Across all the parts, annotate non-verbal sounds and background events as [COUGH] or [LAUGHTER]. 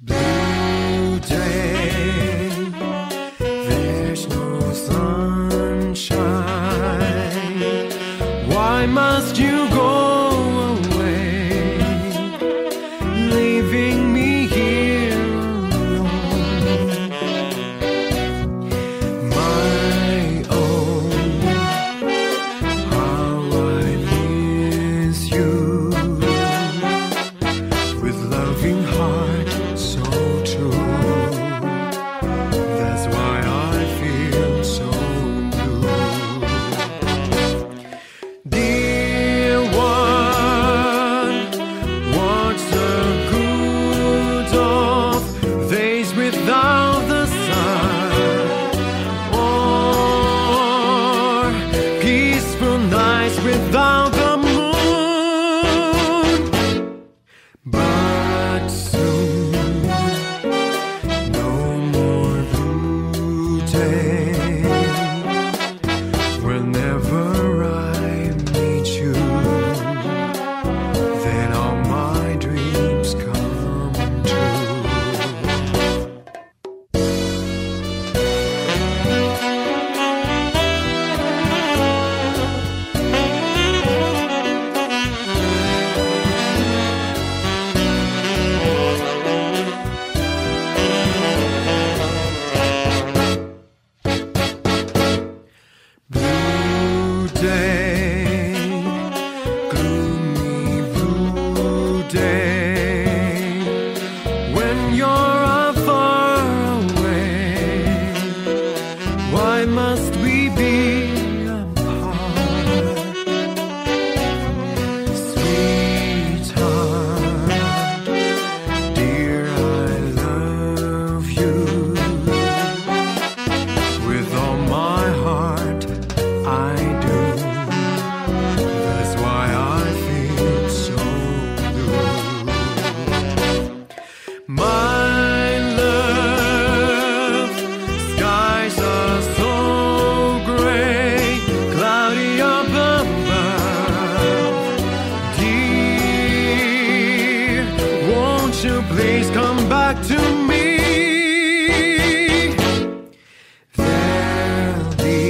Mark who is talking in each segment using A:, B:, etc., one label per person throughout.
A: Blue day, there's no sunshine. Why must you go away, leaving me here alone? My own, how I miss you with loving heart so true. That's why I feel so blue. Dear one, what's the good of days without the sun? Or peaceful nights without the moon? But soon, no more blue day. Whenever I meet you, then all my dreams come true. Blue day, gloomy blue day. When you're uh, far away, why must we be apart? Sweetheart, dear, I love you. With all my heart, I do. That's why I feel so blue. My love, skies are so gray, cloudy up above. Dear, won't you please come back to me? There'll be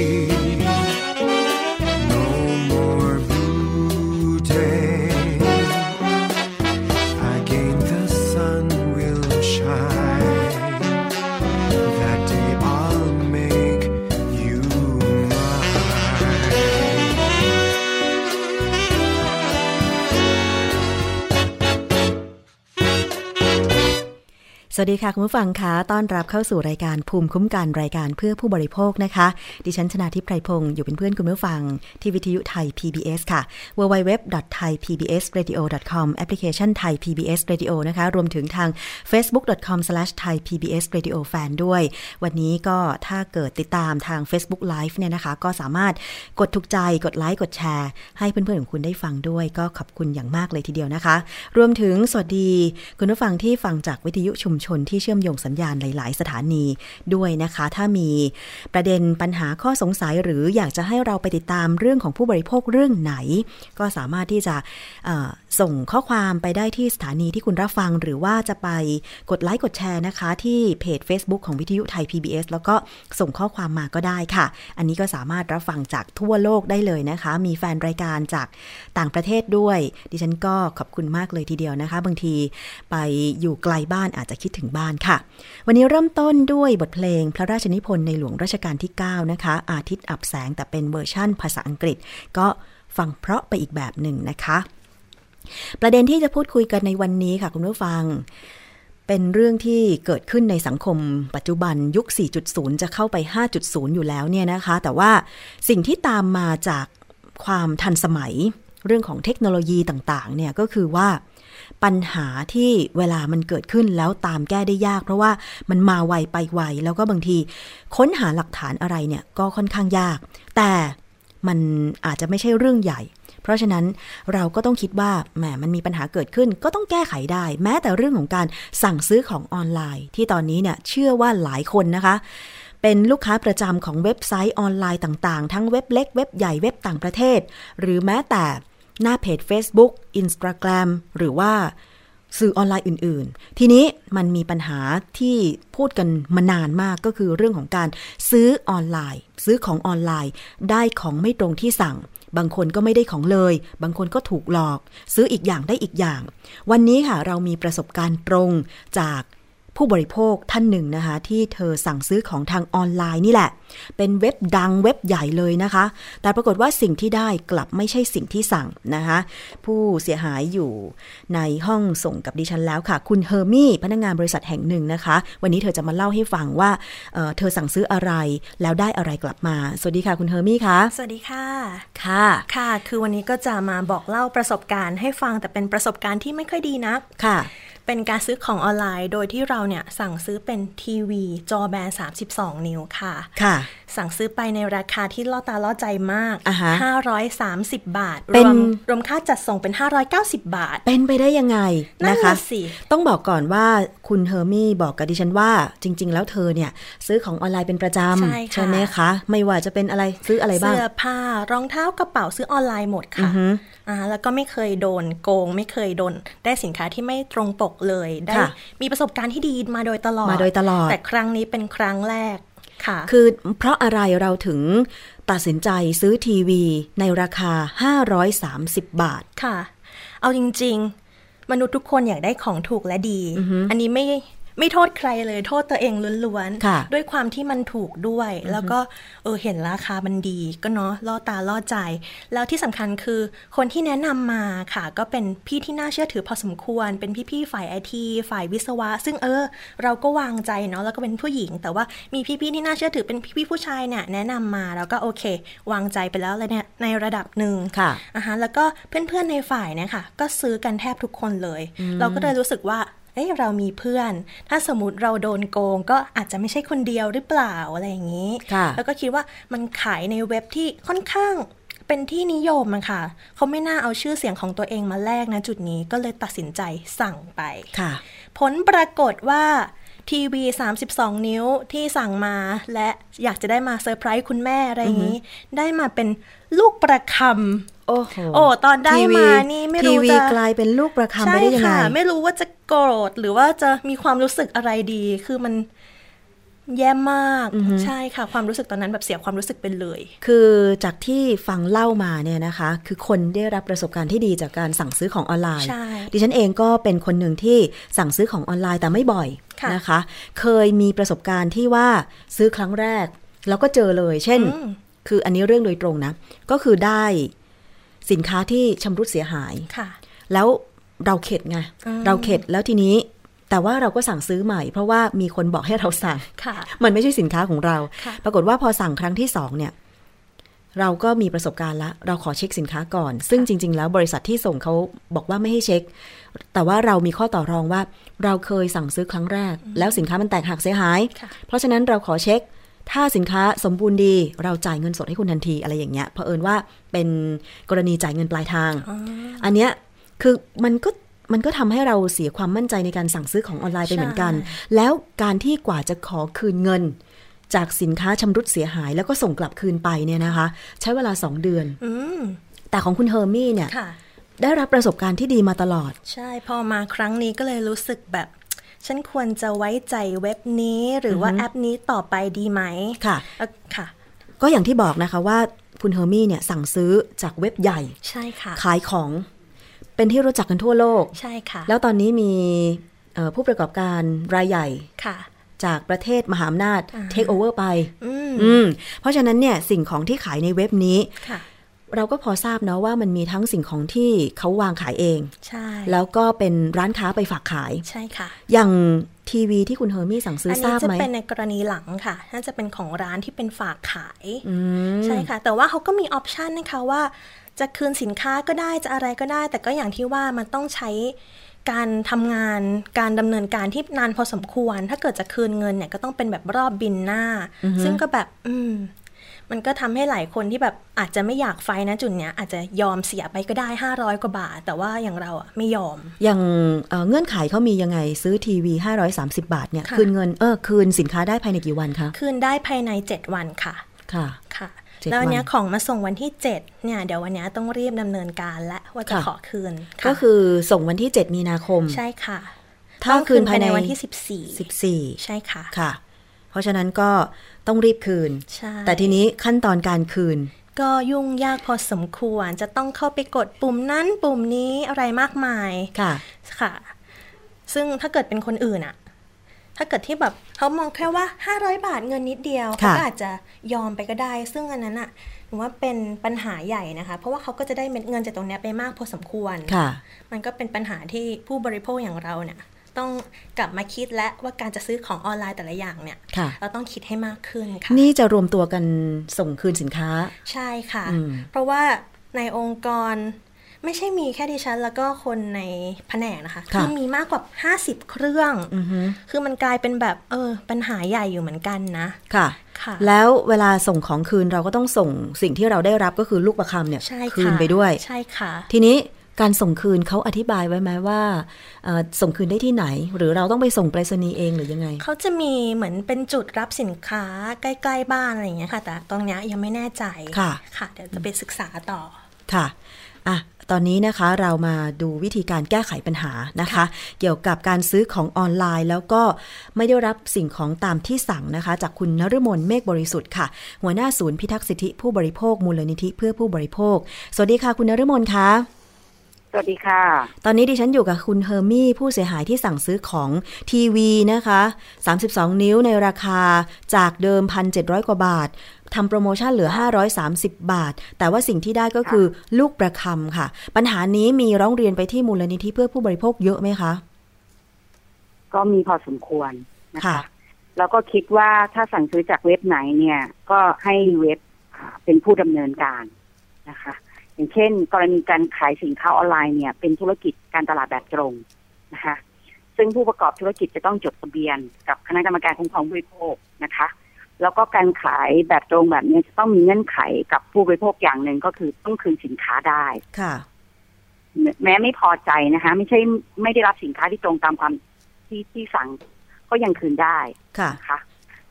A: no more blue day. Again, the sun will shine. That day, I'll make you mine.
B: สวัสดีค่ะ คุณผู้ฟังคะต้อนรับเข้าสู่รายการภูมิคุ้มกันรายการเพื่อผู้บริโภคนะคะ ดิฉันชนาทิพไพรพงศ์อยู่เป็นเพื่อนคุณผู้ฟัง ที่วิทยุไทย PBS ค่ะ www.thaipbsradio.com แอปพลิเคชัน Thai PBS Radio นะคะ รวมถึงทาง facebook.com/thaipbsradiofan ด้วย วันนี้ก็ถ้าเกิดติดตามทาง Facebook Live เนี่ยนะคะ ก็สามารถกดถูกใจกดไลค์กดแชร์ ให้เพื่อนๆของคุณได้ฟังด้วย ก็ขอบคุณอย่างมากเลยทีเดียวนะคะ รวมถึงสวัสดีคุณผู้ฟังที่ฟังจากวิทยุชุมชนที่เชื่อมโยงสัญญาณหลาย ๆ สถานีด้วยนะคะ ถ้ามีประเด็นปัญหาข้อสงสัย หรืออยากจะให้เราไปติดตามเรื่องของผู้บริโภคเรื่องไหน ก็สามารถที่จะเอ่อส่งข้อความไปได้ที่สถานีที่คุณรับฟัง หรือว่าจะไปกดไลค์กดแชร์นะคะ ที่เพจ Facebook ของวิทยุไทย PBS แล้วก็ส่งข้อความมาก็ได้ค่ะ อันนี้ก็สามารถรับฟังจากทั่วโลกได้เลยนะคะ มีแฟนรายการจากต่างประเทศด้วย ดิฉันก็ขอบคุณมากเลยทีเดียวนะคะ บางทีไปอยู่ไกลบ้านอาจจะคิดถึงบ้านค่ะ วันนี้เริ่มต้นด้วยบทเพลงพระราชนิพนธ์ในหลวงรัชกาลที่ 9 นะคะ อาทิตย์อับแสงแต่เป็นเวอร์ชั่นภาษาอังกฤษ ก็ฟังเพราะไปอีกแบบหนึ่งนะคะ ประเด็นที่จะพูดคุยกันในวันนี้ค่ะคุณผู้ฟัง เป็นเรื่องที่เกิดขึ้นในสังคมปัจจุบันยุค 4.0 จะเข้าไป 5.0 อยู่แล้วเนี่ยนะคะ แต่ว่าสิ่งที่ตามมาจากความทันสมัย เรื่องของเทคโนโลยีต่างๆ เนี่ยก็คือว่า ปัญหาที่เวลามันเกิดขึ้นแล้วตามแก้ได้ยาก เพราะว่ามันมาไวไปไวแล้วก็บางที ค้นหาหลักฐานอะไรเนี่ยก็ค่อนข้างยาก แต่มันอาจจะไม่ใช่เรื่องใหญ่ เพราะฉะนั้นเราก็ต้องคิดว่าแหมมันมีปัญหาเกิดขึ้น ก็ต้องแก้ไขได้ แม้แต่เรื่องของการสั่งซื้อของออนไลน์ ที่ตอนนี้เนี่ยเชื่อว่าหลายคนนะคะ เป็นลูกค้าประจำของเว็บไซต์ออนไลน์ต่างๆ ทั้งเว็บเล็กเว็บใหญ่เว็บต่างประเทศ หรือแม้แต่หน้าเพจ Facebook Instagram หรือว่าสื่อออนไลน์อื่นๆ ทีนี้มันมีปัญหาที่พูดกันมานานมากก็คือเรื่องของการซื้อออนไลน์ ซื้อของออนไลน์ ได้ของไม่ตรงที่สั่ง บางคนก็ไม่ได้ของเลย บางคนก็ถูกหลอก ซื้ออีกอย่างได้อีกอย่าง วันนี้ค่ะเรามีประสบการณ์ตรงจาก ผู้บริโภคท่านหนึ่งนะคะ ที่เธอสั่งซื้อของทางออนไลน์นี่แหละ เป็นเว็บดังเว็บใหญ่เลยนะคะ แต่ปรากฏว่าสิ่งที่ได้กลับไม่ใช่สิ่งที่สั่งนะคะ ผู้เสียหายอยู่ในห้องส่งกับดิฉันแล้วค่ะ คุณเฮอร์มี่พนักงานบริษัทแห่งหนึ่งนะคะ วันนี้เธอจะมาเล่าให้ฟังว่าเอ่อเธอสั่งซื้ออะไรแล้วได้อะไรกลับมา สวัสดีค่ะ คุณเฮอร์มี่คะ
C: สวัสดีค่ะ
B: ค่ะ
C: ค่ะ คือวันนี้ก็จะมาบอกเล่าประสบการณ์ให้ฟังแต่เป็นประสบการณ์ที่ไม่ค่อยดีนะ
B: ค่ะ
C: เป็นการซื้อของออนไลน์ โดยที่เราเนี่ยสั่งซื้อเป็นทีวีจอแบน 32 นิ้วค่ะ
B: ค่ะ
C: สั่งซื้อไปในราคาที่ล่อตาล่อใจมาก
B: อ่าฮะ
C: 530 บาท
B: เป็น
C: รวมรวมค่าจัดส่งเป็น 590 บาท
B: เป็นไปได้ยังไง
C: นั่น
B: นะคะ
C: น่ะสิ
B: ต้องบอกก่อนว่าคุณเฮอร์มี่บอกกับดิฉันว่าจริง ๆ แล้วเธอเนี่ยซื้อของออนไลน์เป็นประจำ
C: ใช่ค่ะ
B: ไหมคะ ไม่ว่าจะเป็นอะไรซื้ออะไรบ้าง
C: เสื้อผ้ารองเท้ากระเป๋าซื้อออนไลน์หมด
B: อื
C: ค่ะ
B: อฮึ
C: อ่าแล้วก็ไม่เคยโดนโกง ไม่เคยโดน ได้สินค้าที่ไม่ตรงปกเลย ได้
B: ค่ะ
C: มีประสบการณ์ที่ดีมาโดยตลอด
B: มาโดยตลอด
C: แต่ครั้งนี้เป็นครั้งแรกค่ะ
B: คือเพราะอะไรเราถึงตัดสินใจซื้อทีวีในราคา 530 บาท
C: ค่ะ เอาจริง ๆ มนุษย์ทุกคนอยากได้ของถูกและดี อันนี้ไม่ไม่โทษใครเลย โทษตัวเองล้วน
B: ค่ะ
C: ด้วยความที่มันถูกด้วย แล้วก็เออเห็นราคามันดี ก็เนาะล่อตาล่อใจ แล้วที่สำคัญคือคนที่แนะนำมาค่ะ ก็เป็นพี่ที่น่าเชื่อถือพอสมควร เป็นพี่ๆฝ่ายไอทีฝ่ายวิศวะ ซึ่งเออ เราก็วางใจเนาะแล้วก็เป็นผู้หญิง แต่ว่ามีพี่ๆที่น่าเชื่อถือเป็นพี่ๆผู้ชายเนี่ยแนะนำมาแล้วก็โอเค วางใจไปแล้วเลยเนี่ยในระดับหนึ่ง
B: ค่ะ
C: อ่ะฮะแล้วก็เพื่อนๆในฝ่ายเนี่ยค่ะ ก็ซื้อกันแทบทุกคนเลย เราก็เลยรู้สึกว่า เอ้ยเรามีเพื่อน ถ้าสมมติเราโดนโกง ก็อาจจะไม่ใช่คนเดียวหรือเปล่าอะไรอย่างนี้
B: ค่ะ
C: แล้วก็คิดว่ามันขายในเว็บที่ค่อนข้างเป็นที่นิยมอะค่ะเขาไม่น่าเอาชื่อเสียงของตัวเองมาแลกนะจุดนี้ก็เลยตัดสินใจสั่งไป
B: ค่ะ
C: ผลปรากฏว่าทีวี 32 นิ้วที่สั่งมาและอยากจะได้มาเซอร์ไพรส์คุณแม่อะไรอย่างนี้ ได้มาเป็นลูกประคำ
B: โอ้โห
C: โอ้ตอนได้
B: ทีวี
C: มานี่ไม่รู้
B: ทีวี
C: จะ
B: กลายเป็นลูกประคำไป
C: ใช่
B: ได้ยังไง
C: ค่ะ ไม่รู้ว่าจะโกรธหรือว่าจะมีความรู้สึกอะไรดี คือมันแย่มาก ใช่ค่ะ ความรู้สึกตอนนั้นแบบเสียความรู้สึกไปเลย
B: คือจากที่ฟังเล่ามาเนี่ยนะคะ คือคนได้รับประสบการณ์ที่ดีจากการสั่งซื้อของออนไลน์
C: ใช่
B: ดิฉันเองก็เป็นคนหนึ่งที่สั่งซื้อของออนไลน์แต่ไม่บ่อย
C: ค่ะ
B: นะคะ เคยมีประสบการณ์ที่ว่าซื้อครั้งแรก แล้วก็เจอเลย เช่น
C: อืม
B: คืออันนี้เรื่องโดยตรงนะ ก็คือได้สินค้าที่ชำรุดเสียหาย
C: ค่ะ
B: แล้วเราเข็ดไง
C: อืม
B: เราเข็ดแล้วทีนี้ แต่ว่าเราก็สั่งซื้อใหม่ เพราะว่ามีคนบอกให้เราสั่ง
C: ค่ะ
B: มันไม่ใช่สินค้าของเรา
C: ค่ะ
B: ปรากฏว่าพอสั่งครั้งที่สองเนี่ย เราก็มีประสบการณ์ละ เราขอเช็คสินค้าก่อน ซึ่งจริง ๆ แล้วบริษัทที่ส่งเขาบอกว่าไม่ให้เช็ค แต่ว่าเรามีข้อต่อรองว่า เราเคยสั่งซื้อครั้งแรก แล้วสินค้ามันแตกหักเสียหาย
C: ค่ะ
B: เพราะฉะนั้นเราขอเช็ค ถ้าสินค้าสมบูรณ์ดีเราจ่ายเงินสดให้คุณทันทีอะไรอย่างเงี้ยเผอิญว่าเป็นกรณีจ่ายเงินปลายทาง อันเนี้ยคือมันก็มันก็ทำให้เราเสียความมั่นใจในการสั่งซื้อของออนไลน์ไปเหมือนกัน แล้วการที่กว่าจะขอคืนเงิน จากสินค้าชำรุดเสียหาย แล้วก็ส่งกลับคืนไปเนี่ยนะคะ ใช้เวลา 2 เดือน
C: อืม
B: แต่ของคุณเฮอร์มี่เนี่ย
C: ค่ะ
B: ได้รับประสบการณ์ที่ดีมาตลอด
C: ใช่พอมาครั้งนี้ก็เลยรู้สึกแบบ ฉันควรจะไว้ใจเว็บนี้หรือว่าแอปนี้ต่อไปดีไหม
B: ค่ะ
C: เอ่อค่ะ
B: ก็อย่างที่บอกนะคะว่าคุณเฮอร์มี่เนี่ยสั่งซื้อจากเว็บใหญ่
C: ใช่ค่ะ
B: ขายของ เป็นที่รู้จักกันทั่วโลก
C: ใช่ค่ะ
B: แล้วตอนนี้มีเอ่อผู้ประกอบการรายใหญ่
C: ค่ะ
B: จากประเทศมหาอำนาจ
C: อ่า
B: เทคโอเวอร์ไป
C: อืม
B: อืม เพราะฉะนั้นเนี่ยสิ่งของที่ขายในเว็บนี้
C: ค่ะ
B: เราก็พอทราบเนาะว่ามันมีทั้งสิ่งของที่เขาวางขายเอง
C: ใช่
B: แล้วก็เป็นร้านค้าไปฝากขาย
C: ใช่ค่ะ
B: อย่างทีวีที่คุณเฮอร์มี่สั่งซื้อ
C: อัน
B: ทรา
C: นี้
B: บ
C: จะ
B: ไหม
C: เป็นในกรณีหลังค่ะ น่าจะเป็นของร้านที่เป็นฝากขายใช่ค่ะ แต่ว่าเขาก็มีออปชันนะคะว่า จะคืนสินค้าก็ได้จะอะไรก็ได้ แต่ก็อย่างที่ว่ามันต้องใช้ การทำงานการดำเนินการที่นานพอสมควร ถ้าเกิดจะคืนเงินเนี่ยก็ต้องเป็นแบบรอบบินหน้า ซึ่งก็แบบอืม มันก็ทำให้หลายคนที่แบบอาจจะไม่อยากไฟนะจุดเนี้ยอาจจะยอมเสียไปก็ได้ 500 กว่าบาท แต่ว่าอย่างเราอะไม่ยอม
B: อย่างเอ่อเงื่อนไขเขามียังไงซื้อทีวี 530 บาทเนี่ย
C: ค่ะ
B: คืนเงินเออคืนสินค้าได้ภายในกี่วันคะ
C: คืนได้ภายใน 7 วันค่ะ
B: ค่ะ
C: ค่ะ
B: เจ็ด
C: แล้ววันเนี้ย
B: วัน
C: ของมาส่งวันที่ 7 เนี่ย เดี๋ยววันเนี้ยต้องรีบดำเนินการและว่าจะขอคืนค่ะ
B: ก็คือส่งวันที่ 7 มีนาคม
C: ใช่ค่ะ
B: ถ้า
C: ต้อง
B: คืนภายใน
C: วันที่ 14
B: 14
C: ใช่ค่ะ
B: ค่ะ เพราะฉะนั้นก็ต้องรีบคืน
C: ใช่
B: แต่ทีนี้ขั้นตอนการคืน
C: ก็ยุ่งยากพอสมควรจะต้องเข้าไปกดปุ่มนั้นปุ่มนี้อะไรมากมาย
B: ค่ะ
C: ค่ะ ซึ่งถ้าเกิดเป็นคนอื่นอะถ้าเกิดที่แบบเขามองแค่ว่า 500 บาทเงินนิดเดียว
B: ค่ะ
C: เขาก็อาจจะยอมไปก็ได้ ซึ่งอันนั้นอะหนูว่าเป็นปัญหาใหญ่นะคะ เพราะว่าเขาก็จะได้เม็ดเงินจากตรงเนี้ยไปมากพอสมควร
B: ค่ะ
C: มันก็เป็นปัญหาที่ผู้บริโภคอย่างเราเนี่ย ต้องกลับมาคิดและว่าการจะซื้อของออนไลน์แต่ละอย่างเนี่ย
B: ค่ะ
C: เราต้องคิดให้มากขึ้นค่ะ
B: นี่จะรวมตัวกันส่งคืนสินค้า
C: ใช่ค่ะ
B: อืม
C: เพราะว่าในองค์กรไม่ใช่มีแค่ดิฉัน แล้วก็คนในแผนกนะคะ
B: ค่ะ
C: มีมากกว่า 50 เครื่อง
B: อือฮึ
C: คือมันกลายเป็นแบบเออปัญหาใหญ่อยู่เหมือนกันนะ
B: ค่ะ
C: ค่ะ
B: แล้วเวลาส่งของคืนเราก็ต้องส่งสิ่งที่เราได้รับก็คือลูกประคำเนี่ย
C: ใช่ค่ะ
B: คืนไปด้วย
C: ใช่ค่ะ
B: ทีนี้การส่งคืนเขาอธิบายไว้ไหมว่าเอ่อส่งคืนได้ที่ไหน หรือเราต้องไปส่งไปรษณีย์เองหรือยังไง
C: เขาจะมีเหมือนเป็นจุดรับสินค้าใกล้ ๆ บ้านอะไรอย่างเงี้ยค่ะ แต่ตรงเนี้ยยังไม่แน่ใจ
B: ค่ะ
C: ค่ะ เดี๋ยวจะไปศึกษาต่อ
B: ค่ะอ่ะ ตอนนี้นะคะเรามาดูวิธีการแก้ไขปัญหานะคะ เกี่ยวกับการซื้อของออนไลน์ แล้วก็ไม่ได้รับสิ่งของตามที่สั่งนะคะ จากคุณนฤมลเมฆบริสุทธิ์ค่ะ หัวหน้าศูนย์พิทักษ์สิทธิผู้บริโภคมูลนิธิเพื่อผู้บริโภค สวัสดีค่ะคุณนฤมลคะ
D: สวัสดีค่ะ
B: ตอนนี้ดิฉันอยู่กับคุณเฮอร์มี่ผู้เสียหายที่สั่งซื้อของทีวีนะคะ 32 นิ้วในราคาจากเดิม 1,700 กว่าบาททำโปรโมชั่นเหลือ 530 บาท แต่ว่าสิ่งที่ได้ก็คือลูกประคำค่ะ ปัญหานี้มีร้องเรียนไปที่มูลนิธิเพื่อผู้บริโภคเยอะไหมคะ
D: ก็มีพอสมควรนะ
B: ค่ะ
D: คะ แล้วก็คิดว่าถ้าสั่งซื้อจากเว็บไหนเนี่ย ก็ให้เว็บอ่าเป็นผู้ดำเนินการนะคะ อย่างเช่น กรณีการขายสินค้าออนไลน์เนี่ย เป็นธุรกิจการตลาดแบบตรงนะคะ ซึ่งผู้ประกอบธุรกิจจะต้องจดทะเบียน กับคณะกรรมการคุ้มครองผู้บริโภคนะคะ แล้วก็การขายแบบตรงแบบเนี้ยจะต้องมีเงื่อนไขกับผู้บริโภคอย่างหนึ่งก็คือต้องคืนสินค้าได้
B: ค่ะ
D: แม้ไม่พอใจนะคะ ไม่ใช่ไม่ได้รับสินค้าที่ตรงตามความที่ที่สั่งก็ยังคืนได้
B: ค่ะ
D: นะคะ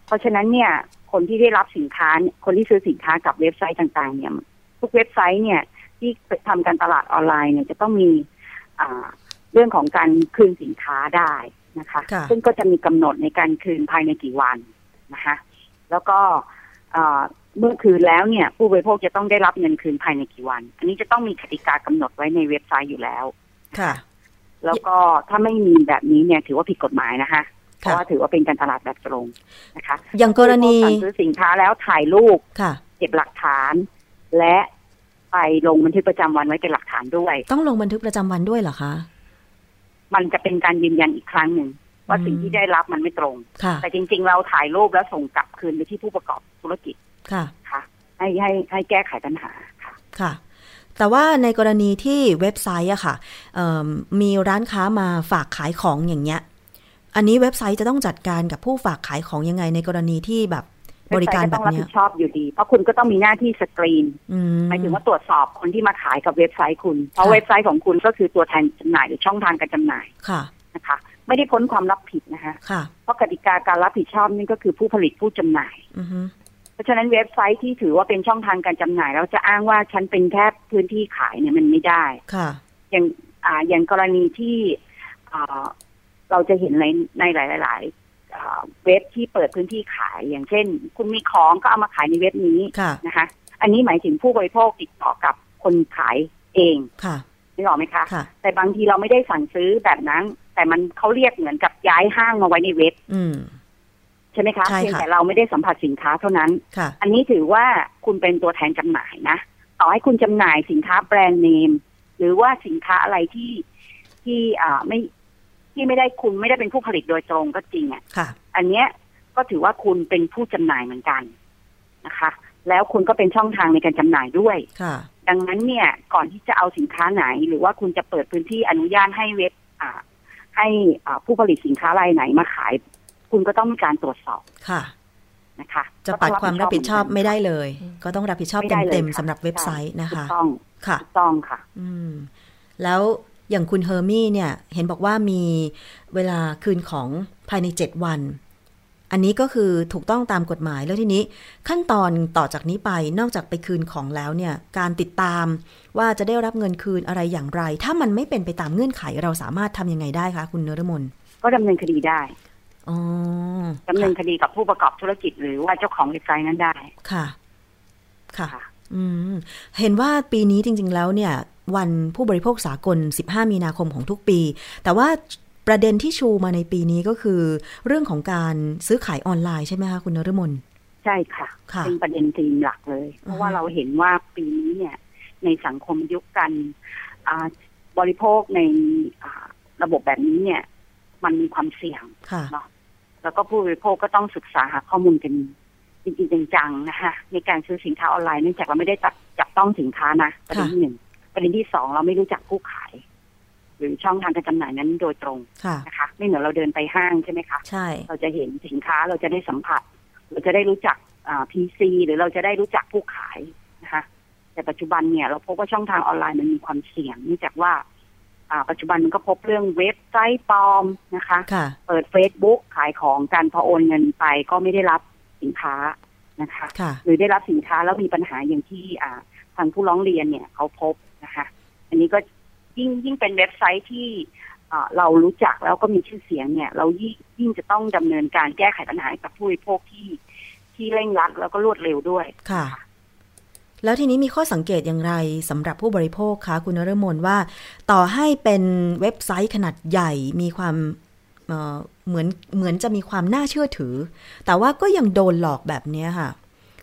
D: เพราะฉะนั้นเนี่ย คนที่ได้รับสินค้าเนี่ยคนที่ซื้อสินค้ากับเว็บไซต์ต่างๆ เนี่ย ทุกเว็บไซต์เนี่ย ที่ทำการตลาดออนไลน์เนี่ยจะต้องมีอ่าเรื่องของการคืนสินค้าได้นะคะ
B: ค่ะ
D: ซึ่งก็จะมีกำหนดในการคืนภายในกี่วันนะคะ แล้วก็อ่าเมื่อคืนแล้วเนี่ย ผู้บริโภคจะต้องได้รับเงินคืนภายในกี่วัน อันนี้จะต้องมีกติกากำหนดไว้ในเว็บไซต์อยู่แล้ว
B: ค่ะ
D: แล้วก็ถ้าไม่มีแบบนี้เนี่ยถือว่าผิดกฎหมายนะคะ เพ
B: ค่ะ
D: ราะว่าถือว่าเป็นการตลาดแบบตรงนะคะ
B: อย่างกรณี
D: ผู้สั่งซื้อสินค้าแล้วถ่ายรูป
B: ค่ะ
D: เก็บหลักฐาน และไปลงบันทึกประจำวันไว้เป็นหลักฐานด้วย
B: ต้องลงบันทึกประจำวันด้วยเหรอคะ
D: มันจะเป็นการยืนยันอีกครั้งหนึ่งว่า
B: อืม
D: สิ่งที่ได้รับมันไม่ตรง
B: ค่ะ
D: แต่จริง ๆ เราถ่ายรูปแล้วส่งกลับคืนไปที่ผู้ประกอบธุรกิจ
B: ค่ะ
D: ค่ะ ให้ให้ให้แก้ไขปัญหาค่ะ
B: ค่ะ แต่ว่าในกรณีที่เว็บไซต์อะค่ะเอิ่มมีร้านค้ามาฝากขายของอย่างเงี้ย อันนี้เว็บไซต์จะต้องจัดการกับผู้ฝากขายของยังไงในกรณีที่แบบบริการ
D: เว็ไซต์
B: แบ
D: ต้อบ งรับ
B: เนี้
D: ผิ
B: ย
D: ดชอบอยู่ดี เพราะคุณก็ต้องมีหน้าที่สกรีน
B: อืม
D: หมายถึงว่าตรวจสอบคนที่มาขายกับเว็บไซต์คุณ เพราะ
B: ค่ะ
D: เว็บไซต์ของคุณก็คือตัวแทนจำหน่ายหรือช่องทางการจำหน่าย
B: ค่ะ
D: นะคะ ไม่ได้พ้นความรับผิดนะคะ
B: ค่ะ
D: เพราะกติกาการรับผิดชอบนี่ก็คือผู้ผลิตผู้จำหน่าย
B: อือฮึ
D: เพราะฉะนั้นเว็บไซต์ที่ถือว่าเป็นช่องทางการจำหน่าย แล้วจะอ้างว่าฉันเป็นแค่พื้นที่ขายเนี่ยมันไม่ได้
B: ค่ะ
D: อย่างอ่าอย่างกรณีที่อ่าเราจะเห็นในในหลาย ๆ อ่าเว็บที่เปิดพื้นที่ขาย อย่างเช่น คุณมีของก็เอามาขายในเว็บนี้
B: ค่ะ
D: นะคะ อันนี้หมายถึงผู้บริโภคติดต่อกับคนขายเอง
B: ค่ะ
D: นึกออกไหมคะ
B: ค่ะ
D: แต่บางทีเราไม่ได้สั่งซื้อแบบนั้น แต่มันเขาเรียกเหมือนกับย้ายห้างมาไว้ในเว็บ
B: อืม
D: ใช่ไหมคะ
B: ใช่ค่ะ
D: เพียงแต่เราไม่ได้สัมผัสสินค้าเท่านั้น
B: ค่ะ
D: อันนี้ถือว่าคุณเป็นตัวแทนจำหน่ายนะ ต่อให้คุณจำหน่ายสินค้าแบรนด์เนม หรือว่าสินค้าอะไรที่ที่อ่าไม่ที่ไม่ได้คุณไม่ได้เป็นผู้ผลิตโดยตรงก็จริงอะ
B: ค่ะ
D: อันเนี้ยก็ถือว่าคุณเป็นผู้จำหน่ายเหมือนกันนะคะ แล้วคุณก็เป็นช่องทางในการจำหน่ายด้วย
B: ค่ะ
D: ดังนั้นเนี่ยก่อนที่จะเอาสินค้าไหน หรือว่าคุณจะเปิดพื้นที่อนุญาตให้เว็บ อ่าให้อ่าผู้ผลิตสินค้ารายไหนมาขาย คุณก็ต้องมีการตรวจสอบ
B: ค่ะ
D: นะคะ
B: จะปัดความรับผิดชอบไม่ได้เลย
C: อืม
B: ก็ต้องรับผิดชอบ
D: ไม่ได้ลย
B: เต็มๆ
D: ค่ะ
B: สำหรับเว็บไซต์นะคะ
D: ถูกต้อง
B: ค่ะ
D: ถูกต้องค่ะ
B: อืม แล้วอย่างคุณเฮอร์มี่เนี่ย เห็นบอกว่ามีเวลาคืนของภายใน 7 วัน อันนี้ก็คือถูกต้องตามกฎหมายแล้วทีนี้ ขั้นตอนต่อจากนี้ไปนอกจากไปคืนของแล้วเนี่ย การติดตามว่าจะได้รับเงินคืนอะไรอย่างไร ถ้ามันไม่เป็นไปตามเงื่อนไขเราสามารถทำยังไงได้คะคุณเนรมน
D: ก็ดำเนินคดีได้
B: อ๋อ
D: ดำเนินคดีกับผู้ประกอบธุรกิจ หรือว่าเจ้าของเว็บไซต์นั้นได้
B: ค่ะ ค่ะ
D: ค่ะ
B: อืมเห็นว่าปีนี้จริง ๆ แล้วเนี่ย วันผู้บริโภคสากล 15 มีนาคมของทุกปี แต่ว่าประเด็นที่ชูมาในปีนี้ก็คือ เรื่องของการซื้อขายออนไลน์ใช่ไหมคะคุณนฤมล
D: ใช่ค่ะ
B: ค่ะ
D: เป็นประเด็นธีมหลักเลย เพ
B: อือ
D: ราะ
B: ฮึ
D: ว่าเราเห็นว่าปีนี้เนี่ย ในสังคมยุคกันอ่าบริโภคในอ่าระบบแบบนี้เนี่ย มันมีความเสี่ยง
B: ค่ะ
D: แล้วก็ผู้บริโภคก็ต้องศึกษาหาข้อมูลกันจริงๆจังๆนะคะในการซื้อสินค้าออนไลน์เนื่องจากเราไม่ได้จับจับต้องสินค้านะประเด็นที่หนึ่งประเด็นที่สองเราไม่รู้จักผู้ขาย หรือช่องทางการจำหน่ายนั้นโดยตรง
B: ค่ะ
D: นะคะ ไม่เหมือนเราเดินไปห้างใช่ไหมคะ
B: ใช่
D: เราจะเห็นสินค้าเราจะได้สัมผัส เราจะได้รู้จักพีซีหรือเราจะได้รู้จักผู้ขายนะคะ แต่ปัจจุบันเนี่ยเราพบว่าช่องทางออนไลน์มันมีความเสี่ยงเนื่องจากว่าอ่าปัจจุบันมันก็พบเรื่องเว็บไซต์ปลอมนะคะ
B: ค่ะ
D: เปิด Facebook ขายของการพอโอนเงินไปก็ไม่ได้รับสินค้านะคะ
B: ค่ะ
D: หรือได้รับสินค้าแล้วมีปัญหาอย่างที่อ่าทางผู้ร้องเรียนเนี่ยเขาพบนะคะ อันนี้ก็ยิ่งยิ่งเป็นเว็บไซต์ที่อ่าเรารู้จักแล้วก็มีชื่อเสียงเนี่ย เรายิ่งยิ่งจะต้องดำเนินการแก้ไขปัญหาให้กับผู้บริโภคที่ที่เร่งรัดแล้วก็รวดเร็วด้วย
B: ค่ะ แล้วทีนี้มีข้อสังเกตอย่างไรสำหรับผู้บริโภคคะคุณนฤมลว่า ต่อให้เป็นเว็บไซต์ขนาดใหญ่มีความเอ่อเหมือนเหมือนจะมีความน่าเชื่อถือ แต่ว่าก็ยังโดนหลอกแบบเนี้ยค่ะ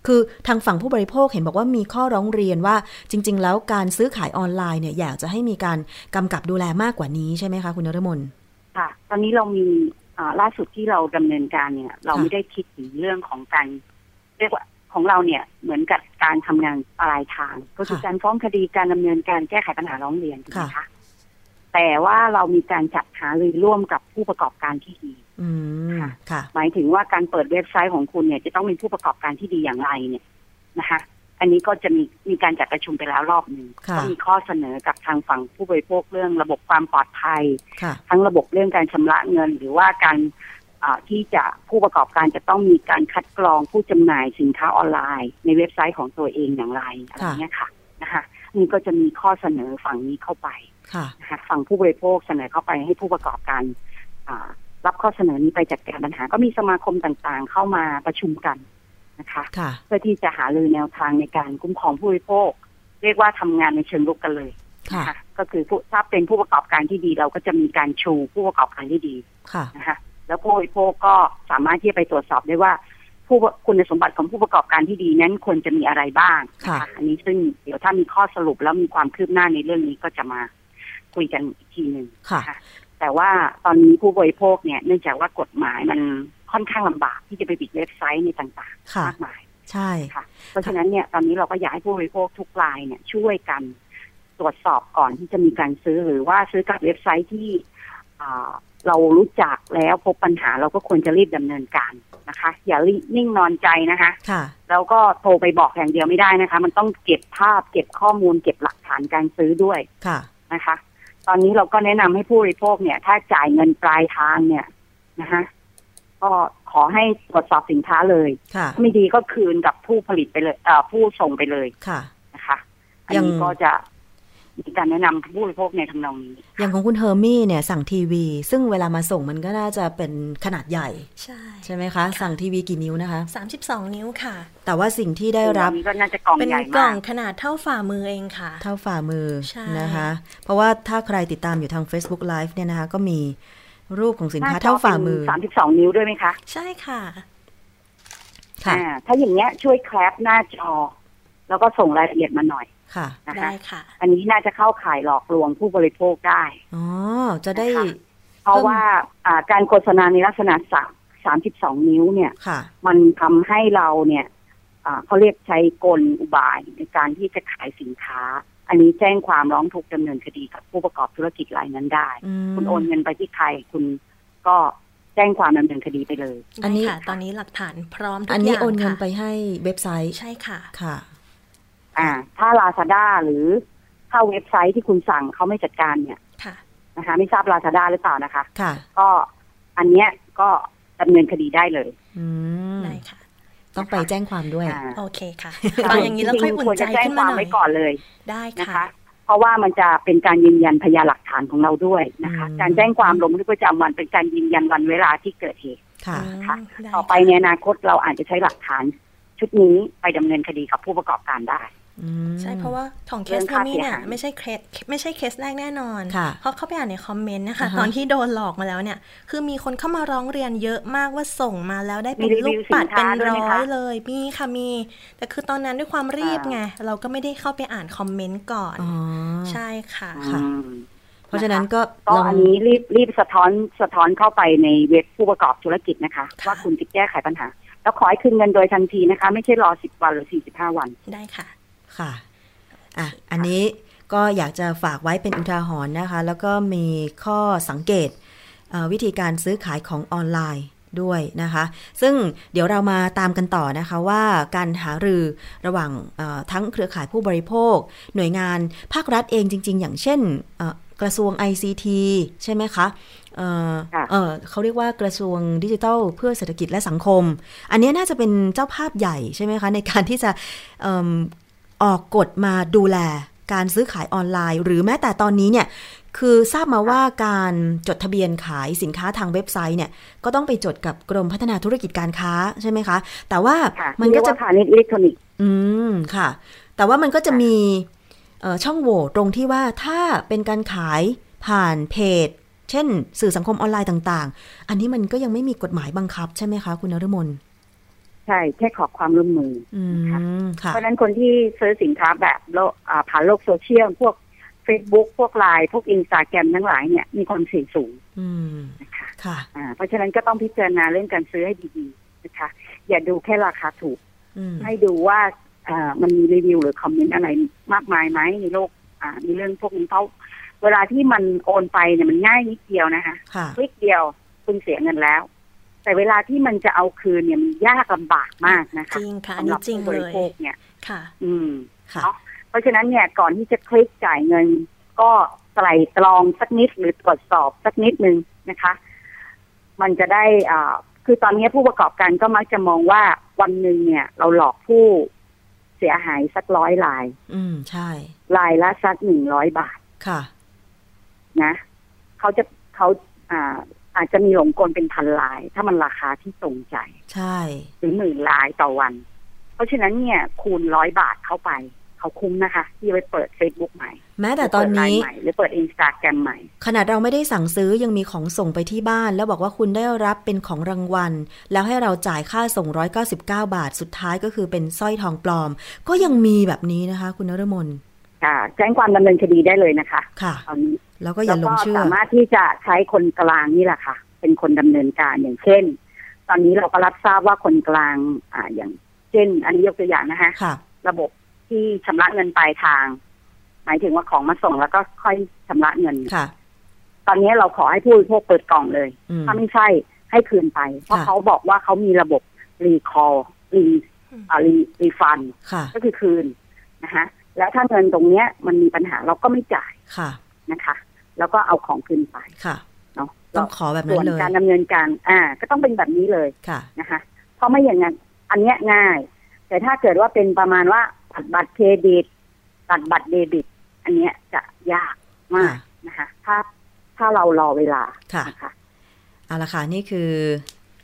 B: คือทางฝั่งผู้บริโภคเห็นบอกว่ามีข้อร้องเรียนว่าจริง ๆ แล้วการซื้อขายออนไลน์เนี่ยอยากจะให้มีการกำกับดูแลมากกว่านี้ใช่ไหมคะคุณนฤมล
D: ค่ะ ตอนนี้เรามีอ่าล่าสุดที่เราดำเนินการเนี่ย เราไม่ได้คิดถึงเรื่องของการเรียกว่าของเราเนี่ยเหมือนกับการทำงานปลายทาง ก็คือ
B: ค่ะ
D: การฟ้องคดีการดำเนินการแก้ไขปัญหาร้องเรียนถูกไหม
B: ค่ะ
D: คะแต่ว่าเรามีการจัดหารือร่วมกับผู้ประกอบการที่ดี
B: อืมค่ะ
D: หมายถึงว่าการเปิดเว็บไซต์ของคุณเนี่ย จะต้องมีผู้ประกอบการที่ดีอย่างไรเนี่ยนะคะ อันนี้ก็จะมีมีการจัดประชุมไปแล้วรอบหนึ่ง
B: ค่ะ
D: ก็มีข้อเสนอกับทางฝั่งผู้บริโภคเรื่องระบบความปลอดภัย
B: ค่ะ
D: ทั้งระบบเรื่องการชำระเงิน หรือว่าการอ่าที่จะผู้ประกอบการจะต้องมีการคัดกรองผู้จำหน่ายสินค้าออนไลน์ ในเว็บไซต์ของตัวเองอย่างไรอะไรเงี้ยค่ะนะคะนี่ก็จะมีข้อเสนอฝั่งนี้เข้าไป
B: ค่ะ
D: นะคะฝั่งผู้บริโภคเสนอเข้าไปให้ผู้ประกอบการอ่ารับข้อเสนอนี้ไปจัดการปัญหา ก็มีสมาคมต่างๆ เข้ามาประชุมกันนะคะ
B: ค่ะ
D: เพื่อที่จะหารือแนวทางในการคุ้มครองผู้บริโภค เรียกว่าทำงานในเชิงรุกกันเลย
B: ค่ะ
D: ค่ะก็คือผู้ถ้าเป็นผู้ประกอบการที่ดี เราก็จะมีการชูผู้ประกอบการที่ดี
B: ค่ะ
D: นะคะแล้วผู้บริโภคก็สามารถที่จะไปตรวจสอบได้ว่า ผู้คุณสมบัติของผู้ประกอบการที่ดีนั้นควรจะมีอะไรบ้างน
B: ค่ะ
D: อันนี้ซึ่งเดี๋ยวถ้ามีข้อสรุปแล้วมีความคืบหน้าในเรื่องนี้ก็จะมาคุยกันอีกทีหนึ่ง
B: ค่ะ
D: นะคะแต่ว่าตอนนี้ผู้บริโภคเนี่ยเนื่องจากว่ากฎหมายมันค่อนข้างลำบากที่จะไปปิดเว็บไซต์ในต่าง
B: ค่ะ
D: ๆมากมาย
B: ใช่
D: เพราะฉะนั้นเนี่ยตอนนี้เราก็อยากให้ผู้บริโภคทุกรายเนี่ยช่วยกันตรวจสอบก่อนที่จะมีการซื้อหรือว่าซื้อกับเว็บไซต์ที่อ่าเรารู้จักแล้วพบปัญหาเราก็ควรจะรีบดำเนินการนะคะ อย่ารีนิ่งนอนใจนะคะ
B: ค่ะ
D: แล้วก็โทรไปบอกอย่างเดียวไม่ได้นะคะ มันต้องเก็บภาพเก็บข้อมูล เก็บหลักฐานการซื้อด้วย
B: ค่ะ
D: นะคะ ตอนนี้เราก็แนะนำให้ผู้บริโภคเนี่ย ถ้าจ่ายเงินปลายทางเนี่ยนะคะก็ขอให้ตรวจสอบสินค้าเลย
B: ค่ะ
D: ไม่ดีก็คืนกับผู้ผลิตไปเลยเอ่อผู้ส่งไปเลย
B: ค่ะ
D: นะคะ อันนี้
B: ยัง
D: ก็จะมีการแนะนำผู้บริโภคในทำนองนี้
B: อย่างของคุณเฮอร์มี่เนี่ยสั่งทีวี ซึ่งเวลามาส่งมันก็น่าจะเป็นขนาดใหญ่
C: ใช่
B: ใช่ไหมคะ สั่งทีวีกี่นิ้วนะคะ
C: 32 นิ้วค่ะ
B: แต่ว่าสิ่งที่ได้รับ
D: อันนี้ก็น่าจะกล่อง
C: เป็น
D: ใหญ่
C: กล่
D: มา
C: อก งขนาดเท่าฝ่ามือเองค่ะ
B: เท่าฝ่ามือ
C: ใช่
B: นะคะ เพราะว่าถ้าใครติดตามอยู่ทาง Facebook Live เนี่ยนะคะ ก็มีรูปของสินค้า
D: น่จะ
B: เท่าฝ่ามือ
D: สามสิบสองนิ้วด้วยไหมคะ
C: ใช่ค่ะ
B: ค่ะ
D: อ่าถ้าอย่างเงี้ยช่วยแคปหน้าจอ แล้วก็ส่งรายละเอียดมาหน่อย
B: ค่ะ
D: นะคะ
C: ได้ค่ะ
D: อันนี้น่าจะเข้าข่ายหลอกลวงผู้บริโภคได้
B: อ๋อจะได้
D: นะคะ เพราะว่าอ่าการโฆษณาในลักษณะสามสามสิบสองนิ้วเนี่ย
B: ค่ะ
D: มันทำให้เราเนี่ยอ่าเขาเรียกใช้กลอุบายในการที่จะขายสินค้า อันนี้แจ้งความร้องทุกข์ดำเนินคดีกับผู้ประกอบธุรกิจรายนั้นได้
B: ม
D: คุณโอนเงินไปที่ใครคุณก็แจ้งความดำเนินคดีไปเลย
B: อันนี้
C: ได้ค่ะตอนนี้หลักฐานพร้อมทุก
B: อัน
C: อ
B: นี้
C: ย่าง
B: โอนเงิน
C: ค่ะ
B: ไปให้เว็บไซต์
C: ใช่ค่ะ
B: ค่ะ
D: อ่า ถ้า Lazada หรือถ้าเว็บไซต์ที่คุณสั่งเขาไม่จัดการเนี่ย
C: ค่ะ
D: นะคะ ไม่ทราบ Lazada หรือเปล่านะคะ
B: ค่ะ
D: ก็อันเนี้ยก็ดำเนินคดีได้เลย
B: อืม
C: ได้ค่ะ
B: ต้องไปแจ้งความด้วย
D: อ่า
C: โอเคค่ะฟังอย่างนี้แล้วค่อยอุ่น
D: ควร
C: ใจ
D: จะแจ้ง
C: ขึ้นมาว
D: คา
C: ห
D: ม
C: น่อ
D: ไว้
C: ย
D: ก่อนเลย
C: ได้
D: นะคะ
C: ค่ะ
D: เพราะว่ามันจะเป็นการยืนยันพยานหลักฐานของเราด้วยนะคะ
B: อืม
D: การแจ้งความลงบันทึกประจำวันเป็นการยืนยันวันเวลาที่เกิดเหตุ
B: ค่ะ
D: ค่ะ ต่อไปในอนาคตเราอาจจะใช้หลักฐาน ชุดนี้ไปดำเนินคดีกับผู้ประกอบการได้
B: อืม
C: ใช่เพราะว่าของเค
D: เรื่
C: ส
D: อง
C: โท
D: ค่า
C: นี่
D: เสีย
C: เนี่ย
D: หาย
C: ไม่ใช่เคสไม่ใช่เคสแรกแน่นอน
B: ค่ะ
C: เพราะเขาไปอ่านในคอมเมนต์นะคะ
B: อ่าฮะ
C: ตอนที่โดนหลอกมาแล้วเนี่ยคือมีคนเข้ามาร้องเรียนเยอะมากว่าส่งมาแล้วได้เป็น
D: มีรีวิ
C: ลู
D: ว
C: กปัด
D: สิน
C: เป็น
D: ค้าด้วย
C: ร้
D: ไหม
C: อ
D: คะ
C: ยเลยมีค่ะมี แต่คือตอนนั้นด้วยความรีบ
D: อ่า
C: ไงเราก็ไม่ได้เข้าไปอ่านคอมเมนต์ก่อน
B: อ๋อ
C: ใช่ค่ะ
B: ค่ะ
D: อืม
B: เพราะฉะนั้นก็
D: ก็
B: ลอง
D: อันนี้รีบรีบสะท้อนสะท้อนเข้าไปในเว็บผู้ประกอบธุรกิจนะคะ
C: ค่ะ
D: ว่าคุณติดแก้ไขปัญหา แล้วขอให้คืนเงินโดยทันทีนะคะ ไม่ใช่รอสิบวันหรือสี่สิบห้าวัน
C: ได้ค่ะ
B: ค่ะอ่ะ อันนี้ก็อยากจะฝากไว้เป็นอุทาหรณ์นะคะ แล้วก็มีข้อสังเกตเอ่อวิธีการซื้อขายของออนไลน์ด้วยนะคะ ซึ่งเดี๋ยวเรามาตามกันต่อนะคะว่าการหารือระหว่างเอ่อทั้งเครือข่ายผู้บริโภค หน่วยงานภาครัฐเองจริง ๆ อย่างเช่นเอ่อกระทรวง ICT ใช่ไหมคะเอ่อ
D: ค่ะ
B: เอ่อเขาเรียกว่ากระทรวงดิจิทัล เพื่อเศรษฐกิจและสังคม อันเนี้ยน่าจะเป็นเจ้าภาพใหญ่ใช่ไหมคะในการที่จะเอิ่ม ออกกฎมาดูแลการซื้อขายออนไลน์ หรือแม้แต่ตอนนี้เนี่ย คือทราบมาว่าการจดทะเบียนขายสินค้าทางเว็บไซต์เนี่ย ก็ต้องไปจดกับกรมพัฒนาธุรกิจการค้าใช่ไหมคะ แต่ว่า
D: ค่ะ
B: มันก็จะ
D: เรียว่าพาณิชย์อิเล็กทรอนิกส์
B: อืม ค่ะ แต่ว่ามันก็จะมีเอ่อช่องโหว่ตรงที่ว่าถ้าเป็นการขายผ่านเพจ เช่น สื่อสังคมออนไลน์ต่างๆ อันนี้มันก็ยังไม่มีกฎหมายบังคับใช่ไหมคะคุณนฤมล
D: ใช่แค่ขอความร่วมมือ
B: อื
D: นะคะ
B: ม ค่ะ
D: เพราะฉะนั้นคนที่ซื้อสินค้าแบบโลกอ่าผ่านโลกโซเชียล พวก Facebook พวกไลน์พวกอินสตาแกรมทั้งหลายเนี่ยมีความเสี่ยงสูง
B: อืม
D: นะคะ
B: ค่ะ
D: อ่าเพราะฉะนั้นก็ต้องพิจารณาเรื่องการซื้อให้ดีๆนะคะ อย่าดูแค่ราคาถูก
B: อืม
D: ให้ดูว่าอ่ามันมีรีวิวหรือคอมเมนต์อะไรมากมายไหมในโลกอ่าในเรื่องพวกนี้เพราะเวลาที่มันโอนไปเนี่ยมันง่ายนิดเดียวนะคะ
B: ค่ะ
D: คลิกเดียวคุณเสียเงินแล้ว แต่เวลาที่มันจะเอาคืนเนี่ยมันยากลำบากมากนะคะ
C: จริงค่ะอัน
D: สำห
C: นี้
D: รับ
C: จริง
D: ผู้บ
C: เล
D: ริ
C: ย
D: โภคเนี่ย
C: ค่ะ
D: อืม
B: ค่ะ
D: เพราะฉะนั้นเนี่ยก่อนที่จะคลิกจ่ายเงิน ก็ไตร่ตรองสักนิดหรือตรวจสอบสักนิดนึงนะคะ มันจะได้อ่าคือตอนนี้ผู้ประกอบการก็มักจะมองว่าวันหนึ่งเนี่ย เราหลอกผู้เสียหายสักร้อยราย
B: อืม ใช่
D: รายละสักหนึ่งร้อยบาท
B: ค่ะ
D: นะเขาจะเขาอ่า อาจจะมีหลงกลเป็นพันราย ถ้ามันราคาที่ตรงใจ
B: ใช่
D: หรือหมื่นรายต่อวัน เพราะฉะนั้นเนี่ย คูณร้อยบาทเข้าไป เขาคุ้มนะคะ ที่ไปเปิด Facebook ใหม่
B: แม้แต่ตอนนี้
D: หรือเปิดไลใหม่หรือเปิดอินสตาแกรมใหม่
B: ขนาดเราไม่ได้สั่งซื้อยังมีของส่งไปที่บ้าน แล้วบอกว่าคุณได้รับเป็นของรางวัล แล้วให้เราจ่ายค่าส่ง 199 บาทสุดท้ายก็คือเป็นสร้อยทองปลอม ก็ยังมีแบบนี้นะคะคุณนรมน
D: ค่ะ แจ้งความดำเนินคดีได้เลยนะคะ
B: ค่ะ
D: ตอนนี้
B: แล้วก็อ
D: แล้ว
B: ย่าหล
D: ก็
B: งเชื่อ
D: สามารถที่จะใช้คนกลางนี่แหละค่ะ เป็นคนดำเนินการอย่างเช่น ตอนนี้เราก็รับทราบว่าคนกลางอ่าอย่างเช่น อันนี้ยกตัวอย่างนะคะ
B: ค่ะ
D: ระบบที่ชำระเงินปลายทาง หมายถึงว่าของมาส่งแล้วก็ค่อยชำระเงิน
B: ค่ะ
D: ตอนนี้เราขอให้ผู้บริโภคเปิดกล่องเลย
B: อืม
D: ถ้าไม่ใช่ให้คืนไป เพราะ
B: ค่ะ
D: เขาบอกว่าเขามีระบบรีคอลรีอ่ารีรีฟัน
B: ค่ะ
D: ก็คือคืนนะคะแล้วถ้าเงินตรงเนี้ยมันมีปัญหาเราก็ไม่จ่าย
B: ค่ะ
D: นะคะ แล้วก็เอาของคืนไป
B: ค่ะ
D: เนาะ
B: ต้องขอแบบ
D: ส่
B: นั้
D: วน น
B: เลย
D: การดำเนินการอ่า ก็ต้องเป็นแบบนี้เลย
B: ค่ะ
D: นะคะ เพราะไม่อย่างนั้น อันเนี้ยง่าย แต่ถ้าเกิดว่าเป็นประมาณว่าตัดบัตรเครดิตตัดบัตรเดบิต อันเนี้ยจะยากมาก
B: ค่ะ
D: นะคะ ถ้าถ้าเรารอเวลา
B: ค่ะ
D: นะคะ
B: เอาละค่ะ นี่คือ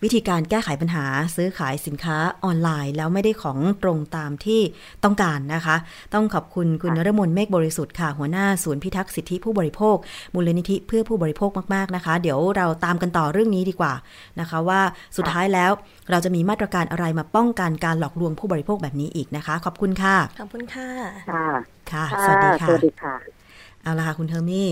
B: วิธีการแก้ไขปัญหาซื้อขายสินค้าออนไลน์ แล้วไม่ได้ของตรงตามที่ต้องการนะคะ ต้องขอบคุณคุณน
D: ค่ะ
B: รมนเมฆบริสุทธิ์ค่ะ หัวหน้าศูนย์พิทักษ์สิทธิผู้บริโภค มูลนิธิเพื่อผู้บริโภคมาก ๆ นะคะ เดี๋ยวเราตามกันต่อเรื่องนี้ดีกว่านะคะ ว่าสุดท้ายแล้วเราจะมีมาตรการอะไรมาป้องกันการหลอกลวงผู้บริโภคแบบนี้อีกนะคะ ขอบคุณค่ะ
C: ขอบคุณค่ะ
D: ค่ะ
B: ค่ะ
D: ค่ะ
B: สวัสดีค่ะ
D: สวัสดีค่ะ
B: เอาละค่ะคุณเทอร์มี่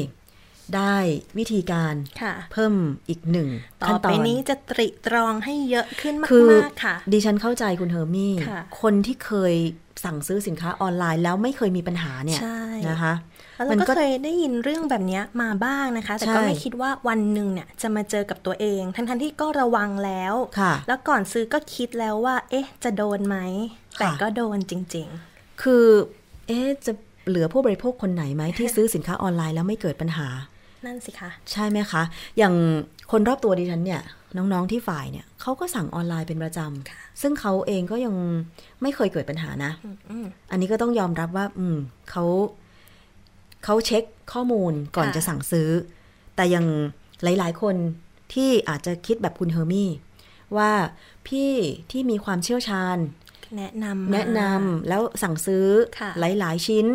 B: ได้วิธีการ
C: ค่ะ
B: เพิ่มอีกหนึ่ง
C: ต่
B: ขั้
C: อ
B: ต
C: นไป
B: อน
C: นี้จะตริตรองให้เยอะขึ้นม
B: คือ
C: ากๆค่ะ
B: ดิฉันเข้าใจคุณเฮอร์มี่
C: ค่ะ
B: คนที่เคยสั่งซื้อสินค้าออนไลน์แล้วไม่เคยมีปัญหาเนี่ย
C: ใช่
B: นะคะ
C: แล้ว
B: มั
C: เรา
B: น
C: ก็
B: ก็
C: เคยได้ยินเรื่องแบบเนี้ยมาบ้างนะคะ แต่ก็
B: ใช่
C: ไม่คิดว่าวันหนึ่งเนี่ยจะมาเจอกับตัวเอง ทั้งๆที่ก็ระวังแล้ว
B: ค่ะ
C: แล้วก่อนซื้อก็คิดแล้วว่า เอ๊ะ จะโดนไหม แต่
B: ค่ะ
C: ก็โดนจริง
B: คือเอ๊ะจะเหลือผู้บริโภคคนไหน
C: [LAUGHS]
B: ไหมที่ซื้อสินค้าออนไลน์แล้วไม่เกิดปัญหา
C: ๆ นั่นสิคะ
B: ใช่ไหมคะ อย่างคนรอบตัวดิฉันเนี่ย น้องๆที่ฝ่ายเนี่ยเขาก็สั่งออนไลน์เป็นประจำซึ่งเขาเองก็ยังไม่เคยเกิดปัญหานะ
C: อืม
B: อันนี้ก็ต้องยอมรับว่า อืมเขาเขาเช็คข้อมูลก่อน
C: ค่ะ
B: จะสั่งซื้อ แต่อยังหลายๆ คนที่อาจจะคิดแบบคุณเฮอร์มี่ ว่าพี่ที่มีความเชี่ยวชาญ
C: แนะนำ
B: แนะนำแล้วสั่งซื้อ
C: ค่ะ
B: หลาย ๆ ชิ้น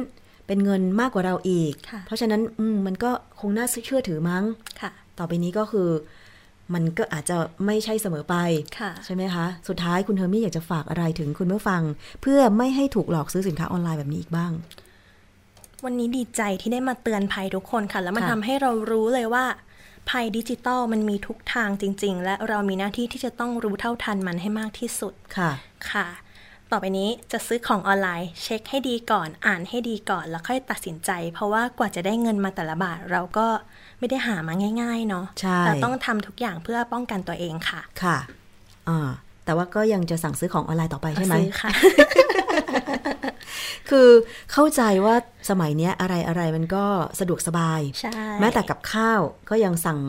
B: เป็นเงินมากกว่าเราอีก
C: ค่ะ
B: เพราะฉะนั้นอืมมันก็คงน่าเชื่อถือมั้ง
C: ค่ะ
B: ต่อไปนี้ก็คือมันก็อาจจะไม่ใช่เสมอไป
C: ค่ะ
B: ใช่ไหมคะ สุดท้ายคุณเฮอร์มี่อยากจะฝากอะไรถึงคุณผู้ฟัง เพื่อไม่ให้ถูกหลอกซื้อสินค้าออนไลน์แบบนี้อีกบ้าง
C: วันนี้ดีใจที่ได้มาเตือนภัยทุกคนค่ะ แล้วมัน
B: ค่ะ
C: ทำให้เรารู้เลยว่า ภัยดิจิตอลมันมีทุกทางจริง ๆ และเรามีหน้าที่ที่จะต้องรู้เท่าทันมันให้มากที่สุด
B: ค่ะ
C: ค่ะ ต่อไปนี้จะซื้อของออนไลน์ เช็คให้ดีก่อน อ่านให้ดีก่อน แล้วค่อยตัดสินใจ เพราะว่ากว่าจะได้เงินมาแต่ละบาท เราก็ไม่ได้หามาง่าย ๆ เนาะ
B: ใช่
C: เราต้องทำทุกอย่างเพื่อป้องกันตัวเองค่ะ
B: ค่ะอ่าแต่ว่าก็ยังจะสั่งซื้อของออนไลน์ต่อไปใช่ไหม
C: [LAUGHS] ซื้อค่ะ
B: คือเข้าใจว่าสมัยเนี้ยอะไรอะไรมันก็สะดวกสบาย
C: ใช่
B: แม้แต่กับข้าวก็ยังสั่ง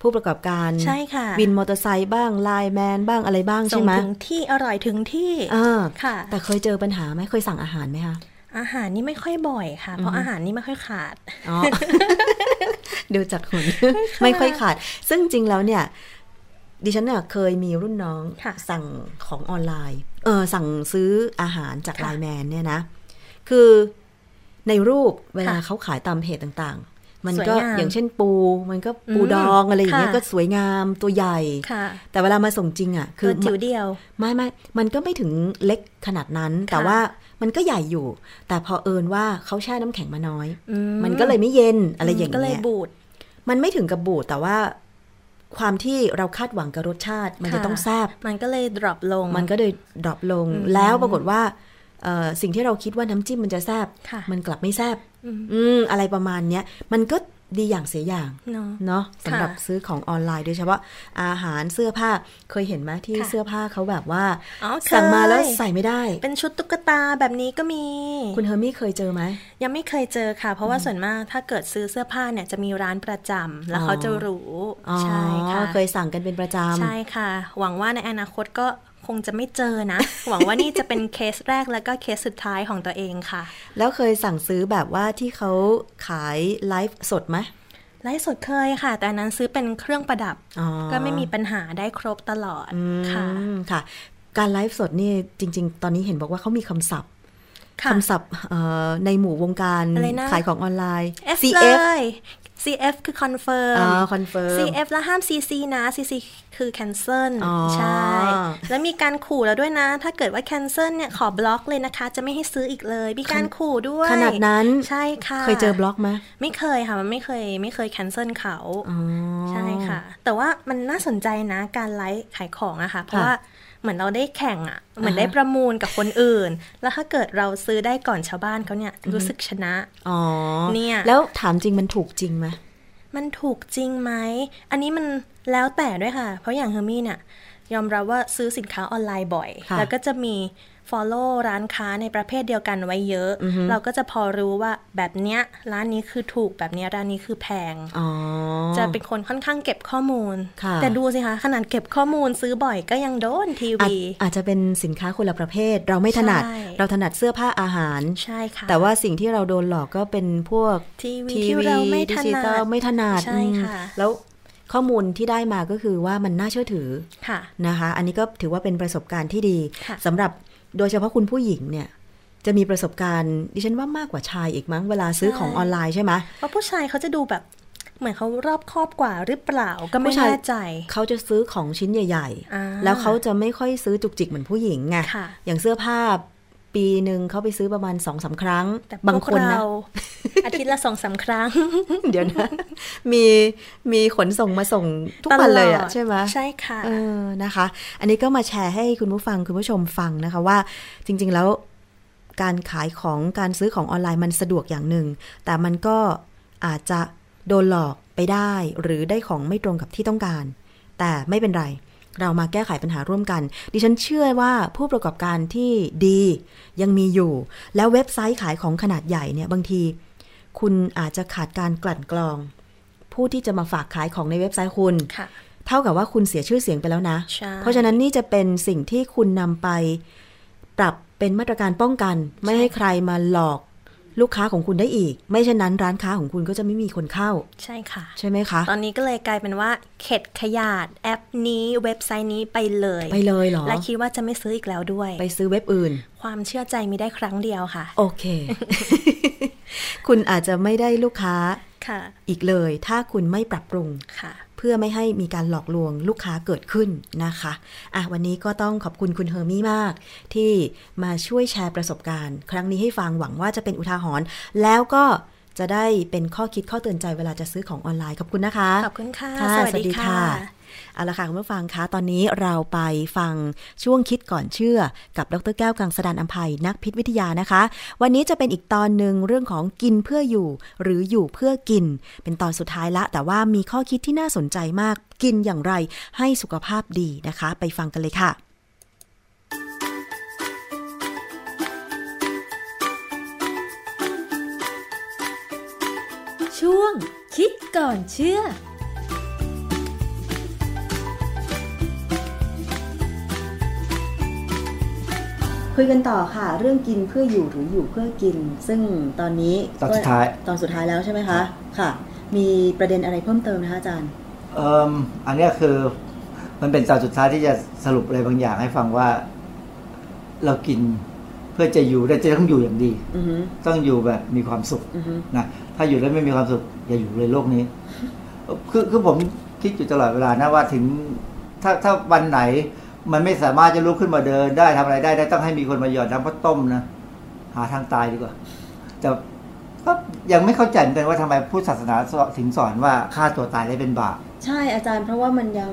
B: ผู้ประกอบการ
C: ใช่ค่ะ
B: วินมอเตอร์ไซค์บ้างไลน์แมนบ้างอะไรบ้าง
C: ส่
B: ใช่
C: ง
B: ไหม
C: ถึงที่อร่อยถึงที่
B: อ่า
C: ค่ะ
B: แต่เคยเจอปัญหาไหมเคยสั่งอาหารไหมคะ
C: อาหารนี่ไม่ค่อยบ่อยค่ะ เพราะอาหารนี่ไม่ค่อยขาด
B: อ๋อ [LAUGHS] ดูจากหุ่นไม่ค่อยขาด ซึ่งจริงแล้วเนี่ย ดิฉันเนี่ยเคยมีรุ่นน้อง
C: ค่ะ
B: สั่งของออนไลน์ เออสั่งซื้ออาหารจาก
C: ค่ะ
B: ไลน์แมนเนี่ยนะ คือในรูปเวลา
C: ค่ะ
B: เขาขายตามเพจต่างๆ มัน
C: สวย
B: ก็
C: งาม
B: อย่างเช่นปู มันก็ปู
C: อืม
B: ดองอะไรอย่างเงี้ย
C: ค่ะ
B: ก็สวยงามตัวใหญ่
C: ค่ะ
B: แต่เวลามาส่งจริงอ่ะ คื
C: ตั
B: อ
C: วจิ๋วเดียว
B: ไม่ไม่มันก็ไม่ถึงเล็กขนาดนั้น แต่
C: ค่ะ
B: ว่ามันก็ใหญ่อยู่ แต่พอเอิญว่าเขาแช่น้ำแข็งมาน้อย
C: อื
B: มันก็เลยไม่เย็นอะไรอย่าง
C: ก็เลย
B: เงี้ย
C: บูด
B: มันไม่ถึงกับบูดแต่ว่าความที่เราคาดหวังกับรสชาติ มันจะ
C: ค่ะ
B: ต้องแซบ
C: มันก็เลยดรอปลง
B: มันก็เลยดรอปลง
C: อืม
B: แล้วปรากฏว่าเอ่อสิ่งที่เราคิดว่าน้ำจิ้มมันจะแซบ
C: ค่ะ
B: มันกลับไม่แซบ
C: อืม
B: อืมอะไรประมาณเนี้ย มันก็ดีอย่างเสียอย่าง
C: เนาะ
B: เนาะสำหรับ
C: ค่ะ
B: ซื้อของออนไลน์โดยเฉพาะอาหารเสื้อผ้าเคยเห็นไหมที่
C: ค่ะ
B: เสื้อผ้าเขาแบบว่า
C: อ๋อเคย
B: สั่งมาแล้วใส่ไม่ได้
C: เป็นชุดตุ๊กตาแบบนี้ก็มี
B: คุณเฮอร์มี่เคยเจอไหม
C: ยังไม่เคยเจอค่ะ เพราะว่าส่วนมากถ้าเกิดซื้อเสื้อผ้าเนี่ยจะมีร้านประจำแล้ว
B: อ๋อ
C: เขาจะรู้
B: อ๋อ
C: ใช่ค่ะ
B: เคยสั่งกันเป็นประจำ
C: ใช่ค่ะ หวังว่าในอนาคตก็คงจะไม่เจอนะ หวังว่านี่จะเป็นเค [LAUGHS] สแรกแล้วก็เคสสุดท้ายของตัวเองค่ะ
B: แล้วเคยสั่งซื้อแบบว่าที่เขาขายไลฟ์สดไหม
C: ไลฟ์สดเคยค่ะ แต่อันนั้นซื้อเป็นเครื่องประดับ
B: อ๋อ
C: ก็ไม่มีปัญหาได้ครบตลอด
B: อืม
C: ค่ะ
B: ค่ะ การไลฟ์สดนี่จริง ๆ ตอนนี้เห็นบอกว่าเขามีคำศัพท์
C: ค่ะ
B: คำศัพท์เอ่อในหมู่วงการ
C: อะไรนะ
B: ขายของออนไลน์
C: F เลย CF คือ confirm
B: อ่า confirm
C: CF แล้วห้าม CC นะ CC คือ cancel
B: อ๋อ
C: ใช่ แล้วมีการขู่แล้วด้วยนะ ถ้าเกิดว่า cancel เนี่ยขอบล็อกเลยนะคะ จะไม่ให้ซื้ออีกเลย มีการขู่ด้วย
B: ขนาดนั้น
C: ใช่ค่ะ
B: เคยเจอบล็อกไหม
C: ไม่เคยค่ะ มันไม่เคยไม่เคย cancel เขา
B: อ๋อ
C: ใช่ค่ะ แต่ว่ามันน่าสนใจนะ การไลฟ์ขายของอะค่ะ เพ
B: ค่ะ
C: ราะว่าเหมือนเราได้แข่งอะเหมือน
B: อ่าฮะ
C: ได้ประมูลกับคนอื่น แล้วถ้าเกิดเราซื้อได้ก่อนชาวบ้านเขาเนี่ยรู้สึกชนะ
B: อ๋อ
C: เนี่ย
B: แล้วถามจริงมันถูกจริงไหม
C: มันถูกจริงไหม อันนี้มันแล้วแต่ด้วยค่ะ เพราะอย่างเฮอร์มี่เนี่ยยอมรับว่าซื้อสินค้าออนไลน์บ่อย
B: ค่ะ
C: แล้วก็จะมี follow ร้านค้าในประเภทเดียวกันไว้เยอะ
B: อือฮึ
C: เราก็จะพอรู้ว่าแบบเนี้ยร้านนี้คือถูกแบบเนี้ยร้านนี้คือแพง
B: อ๋อ
C: จะเป็นคนค่อนข้างเก็บข้อมูล
B: ค่ะ
C: แต่ดูสิคะขนาดเก็บข้อมูลซื้อบ่อยก็ยังโดนที
B: อาจ
C: วี
B: อาจจะเป็นสินค้าคนละประเภท เราไม่ถนัด
C: ใช่
B: เราถนัดเสื้อผ้าอาหาร
C: ใช่ค่ะ
B: แต่ว่าสิ่งที่เราโดนหลอกก็เป็นพวก
C: ทีวี
B: ที
C: ที่
B: วี
C: เราไม่
B: ดิ
C: ถ
B: จิ
C: นั
B: ตอล
C: ด
B: ไม่ถนัด
C: ใช่
B: อืม
C: ค่ะ
B: แล้วข้อมูลที่ได้มาก็คือว่ามันน่าเชื่อถือ
C: ค่ะ
B: นะคะ อันนี้ก็ถือว่าเป็นประสบการณ์ที่ดี
C: ค่ะ
B: สำหรับโดยเฉพาะคุณผู้หญิงเนี่ย จะมีประสบการณ์ดิฉันว่ามากกว่าชายอีกมั้งเวลาซื้อ
C: ใช่
B: ของออนไลน์ใช่ไหม
C: เพราะผู้ชายเขาจะดูแบบเหมือนเขารอบคอบกว่าหรือเปล่าก็
B: ผู้
C: ไม่
B: ชาย
C: แน่ใจ
B: เขาจะซื้อของชิ้นใหญ่
C: อ่า
B: ๆ แล้วเขาจะไม่ค่อยซื้อจุกจิกเหมือนผู้หญิงไง
C: ค่ะ
B: อย่างเสื้อผ้าปีหนึ่งเขาไปซื้อประมาณสองสาครั้ง
C: แต่
B: บาง
C: พวก
B: คนนะ
C: เรา อาทิตย์ละสองสามครั้ง
B: [LAUGHS] เดี๋ยวนะ มีมีขนส่งมาส่งทุกวันเลยอะใช่ไหม
C: ใช่ค่ะ
B: เออ นะคะ อันนี้ก็มาแชร์ให้คุณผู้ฟังคุณผู้ชมฟังนะคะว่าจริง ๆ แล้วการขายของการซื้อของออนไลน์มันสะดวกอย่างหนึ่ง แต่มันก็อาจจะโดนหลอกไปได้ หรือได้ของไม่ตรงกับที่ต้องการ แต่ไม่เป็นไร เรามาแก้ไขปัญหาร่วมกัน ดิฉันเชื่อว่าผู้ประกอบการที่ดียังมีอยู่ แล้วเว็บไซต์ขายของขนาดใหญ่เนี่ยบางที คุณอาจจะขาดการกลั่นกรอง ผู้ที่จะมาฝากขายของในเว็บไซต์คุณ
C: ค่ะ
B: เท่ากับว่าคุณเสียชื่อเสียงไปแล้วนะ
C: ใช่
B: เพราะฉะนั้นนี่จะเป็นสิ่งที่คุณนำไป ปรับเป็นมาตรการป้องกัน ไม่ให้ใครมาหลอกลูกค้าของคุณได้อีก ไม่เช่นนั้นร้านค้าของคุณก็จะไม่มีคนเข้า
C: ใช่ค่ะ
B: ใช่ไหมคะ
C: ตอนนี้ก็เลยกลายเป็นว่า เข็ดขยาดแอปนี้เว็บไซต์นี้ไปเลย
B: ไปเลยเหรอ
C: และคิดว่าจะไม่ซื้ออีกแล้วด้วย
B: ไปซื้อเว็บอื่น
C: ความเชื่อใจมีได้ครั้งเดียวค่ะ
B: โอ
C: [LAUGHS]
B: เค คุณอาจจะไม่ได้ลูกค้า
C: ค่ะ
B: อีกเลย ถ้าคุณไม่ปรับปรุง
C: ค่ะ
B: เพื่อไม่ให้มีการหลอกลวงลูกค้าเกิดขึ้นนะคะ อ่ะวันนี้ก็ต้องขอบคุณคุณเฮอร์มี่มาก ที่มาช่วยแชร์ประสบการณ์ ครั้งนี้ให้ฟังหวังว่าจะเป็นอุทาหรณ์แล้วก็จะได้เป็นข้อคิดข้อเตือนใจเวลาจะซื้อของออนไลน์ขอบคุณนะคะ
C: ขอบคุณค่ะ
B: ค่ะ
C: สวัสดีค่ะ
B: เอาละค่ะ คุณผู้ฟังคะ ตอนนี้เราไปฟังช่วงคิดก่อนเชื่อ กับดรแก้วกังสดานอภัยนักพิษวิทยานะคะ วันนี้จะเป็นอีกตอนหนึ่งเรื่องของกินเพื่ออยู่ หรืออยู่เพื่อกิน เป็นตอนสุดท้ายละ แต่ว่ามีข้อคิดที่น่าสนใจมาก กินอย่างไรให้สุขภาพดีนะคะ ไปฟังกันเลยค่ะ
E: ช่วง คิดก่อนเชื่อ
B: คุยกันต่อค่ะ เรื่องกินเพื่ออยู่หรืออยู่เพื่อกิน ซึ่งตอนนี้
F: ตอนสุดท้าย
B: ตอนสุดท้ายแล้วใช่ไหมคะ ค่ะ มีประเด็นอะไรเพิ่มเติมนะคะอาจารย์
F: เอ่มอันเนี้ยคือมันเป็นตอนสุดท้ายที่จะสรุปอะไรบางอย่างให้ฟังว่า เรากินเพื่อจะอยู่แต่จะต้องอยู่อย่างดี
B: อือฮึ
F: ต้องอยู่แบบมีความสุข
B: อือฮึ
F: นะถ้าอยู่แล้วไม่มีความสุข อย่าอยู่เลยโลกนี้เอ่อคือคือผมคิดอยู่ตลอดเวลานะว่าถึง ถ้าถ้าวันไหน มันไม่สามารถจะลุกขึ้นมาเดินได้ทำอะไรได้ได้ต้องให้มีคนมาหยอดน้ำข้าวต้มนะหาทางตายดีกว่า แต่ก็ยังไม่เข้าใจเหมือนกันว่าทำไมพุทธศาสนาสอนถึงสอนว่าฆ่าตัวตายได้เป็นบาป
B: ใช่อาจารย์เพราะว่ามันยัง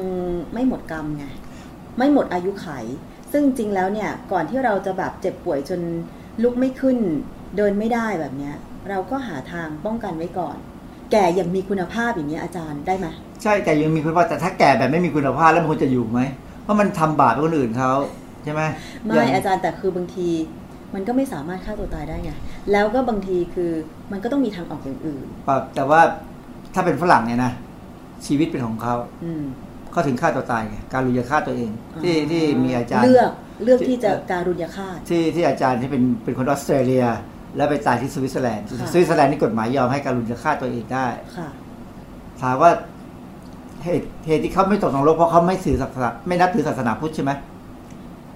B: ไม่หมดกรรมไงไม่หมดอายุไข ซึ่งจริงแล้วเนี่ยก่อนที่เราจะแบบเจ็บป่วยจนลุกไม่ขึ้น เดินไม่ได้แบบเนี้ย เราก็หาทางป้องกันไว้ก่อน แก่อย่างมีคุณภาพอย่างนี้ยอาจารย์ได้ไหม
F: ใช่แต่ยังมีคุณภาพแต่ถ้าแก่แบบไม่มีคุณภาพแล้วมันควรจะอยู่ไหมเพราะมันทำบาปให้คนอื่นเขาใช่ไหม
B: ไม่
F: ง
B: อาจารย์แต่คือบางที มันก็ไม่สามารถฆ่าตัวตายได้ไงแล้วก็บางทีคือมันก็ต้องมีทางออกอย่างอื่น
F: ปรับแต่ว่าถ้าเป็นฝรั่งเนี่ยนะชีวิตเป็นของเขา
B: อืม
F: เขาถึงฆ่าตัวตายไงการุญยฆ่าตตัวเอง ที่ที่มีอาจารย์
B: เลือกเลือกที่จะ
F: เอ่อ
B: การุญยฆาต
F: ที่ที่อาจารย์ที่เป็นเป็นคนออสเตรเลีย แล้วไปตายที่สวิตเซอร์แลนด์
B: ค่ะ
F: สวิตเซอร์แลนด์นี่กฎหมายยอมให้การุญยฆ่าตตัวเองได้
B: ค่ะ
F: ถามว่าเหตุเหตุที่เขาไม่ตกนรกเพราะเขาไม่ถือศาสนาไม่นับถือศาสนาพุทธใช่ไหม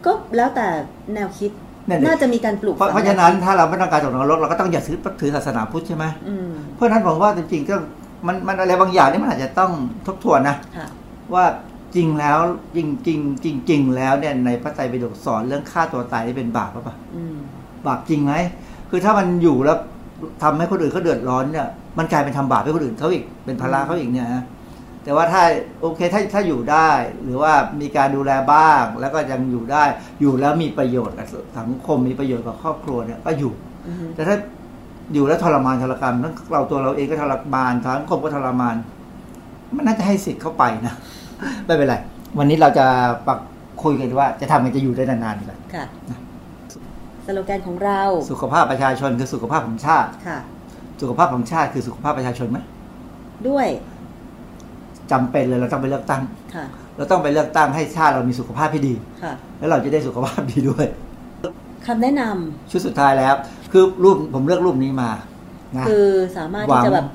B: ก็แล้วแต่แนวคิด
F: นั่นดิ
B: น่าจะมีการปลูก
F: เพราะเพราะฉะนั้นถ้าเราไม่ต้องการตกนรกเราก็ต้องอย่าถือถือศาสนาพุทธใช่ไหม
B: อืม
F: เพราะฉะนั้นผมว่าจริงๆก็มันมันอะไรบางอย่างนี่มันอาจจะต้องทบทวนนะ
B: ค่ะ
F: ว่าจริงแล้วจริงจริงจริงจริงแล้วเนี่ยในพระไตรปิฎกสอนเรื่องฆ่าตัวตายนี่เป็นบาปหรือเปล่า
B: อืม
F: บาปจริงไหมคือถ้ามันอยู่แล้วทำให้คนอื่นเขาเดือดร้อนเนี่ยมันกลายเป็นทำบาปให้คนอื่นเขาอีกเป็นภาระเขาอีกเนี่ยนะแต่ว่าถ้าโอเคถ้าถ้าอยู่ได้ หรือว่ามีการดูแลบ้างแล้วก็ยังอยู่ได้ อยู่แล้วมีประโยชน์กับสังคมมีประโยชน์กับครอบครัวเนี่ยก็อยู่
B: อือฮึ
F: แต่ถ้าอยู่แล้วทรมานทรกรรมทั้งเราตัวเราเองก็ทรมานทั้งคมก็ทรมาน มันน่าจะให้สิทธิ์เข้าไปนะ [LAUGHS] ไม่เป็นไร วันนี้เราจะปักคุยกันว่า จะทำกันจะอยู่ได้นานๆดีกว่า
B: ค่ะ สโลแกนของเรา
F: สุขภาพประชาชนคือสุขภาพของชาติ
B: ค่ะ
F: สุขภาพของชาติคือสุขภาพประชาชนไหม
B: ด้วย
F: จำเป็นเลยเราต้องไปเลือกตั้ง
B: ค่ะ
F: เราต้องไปเลือกตั้งให้ชาติเรามีสุขภาพที่ดี
B: ค่ะ
F: แล้วเราจะได้สุขภาพดีด้วย
B: คำแนะน
F: ชุดสุดท้ายแล้ว คือรูปผมเลือกรูปนี้มานะ
B: ำคือสามารถ
F: หวั
B: ที่
F: ง
B: จะแบบ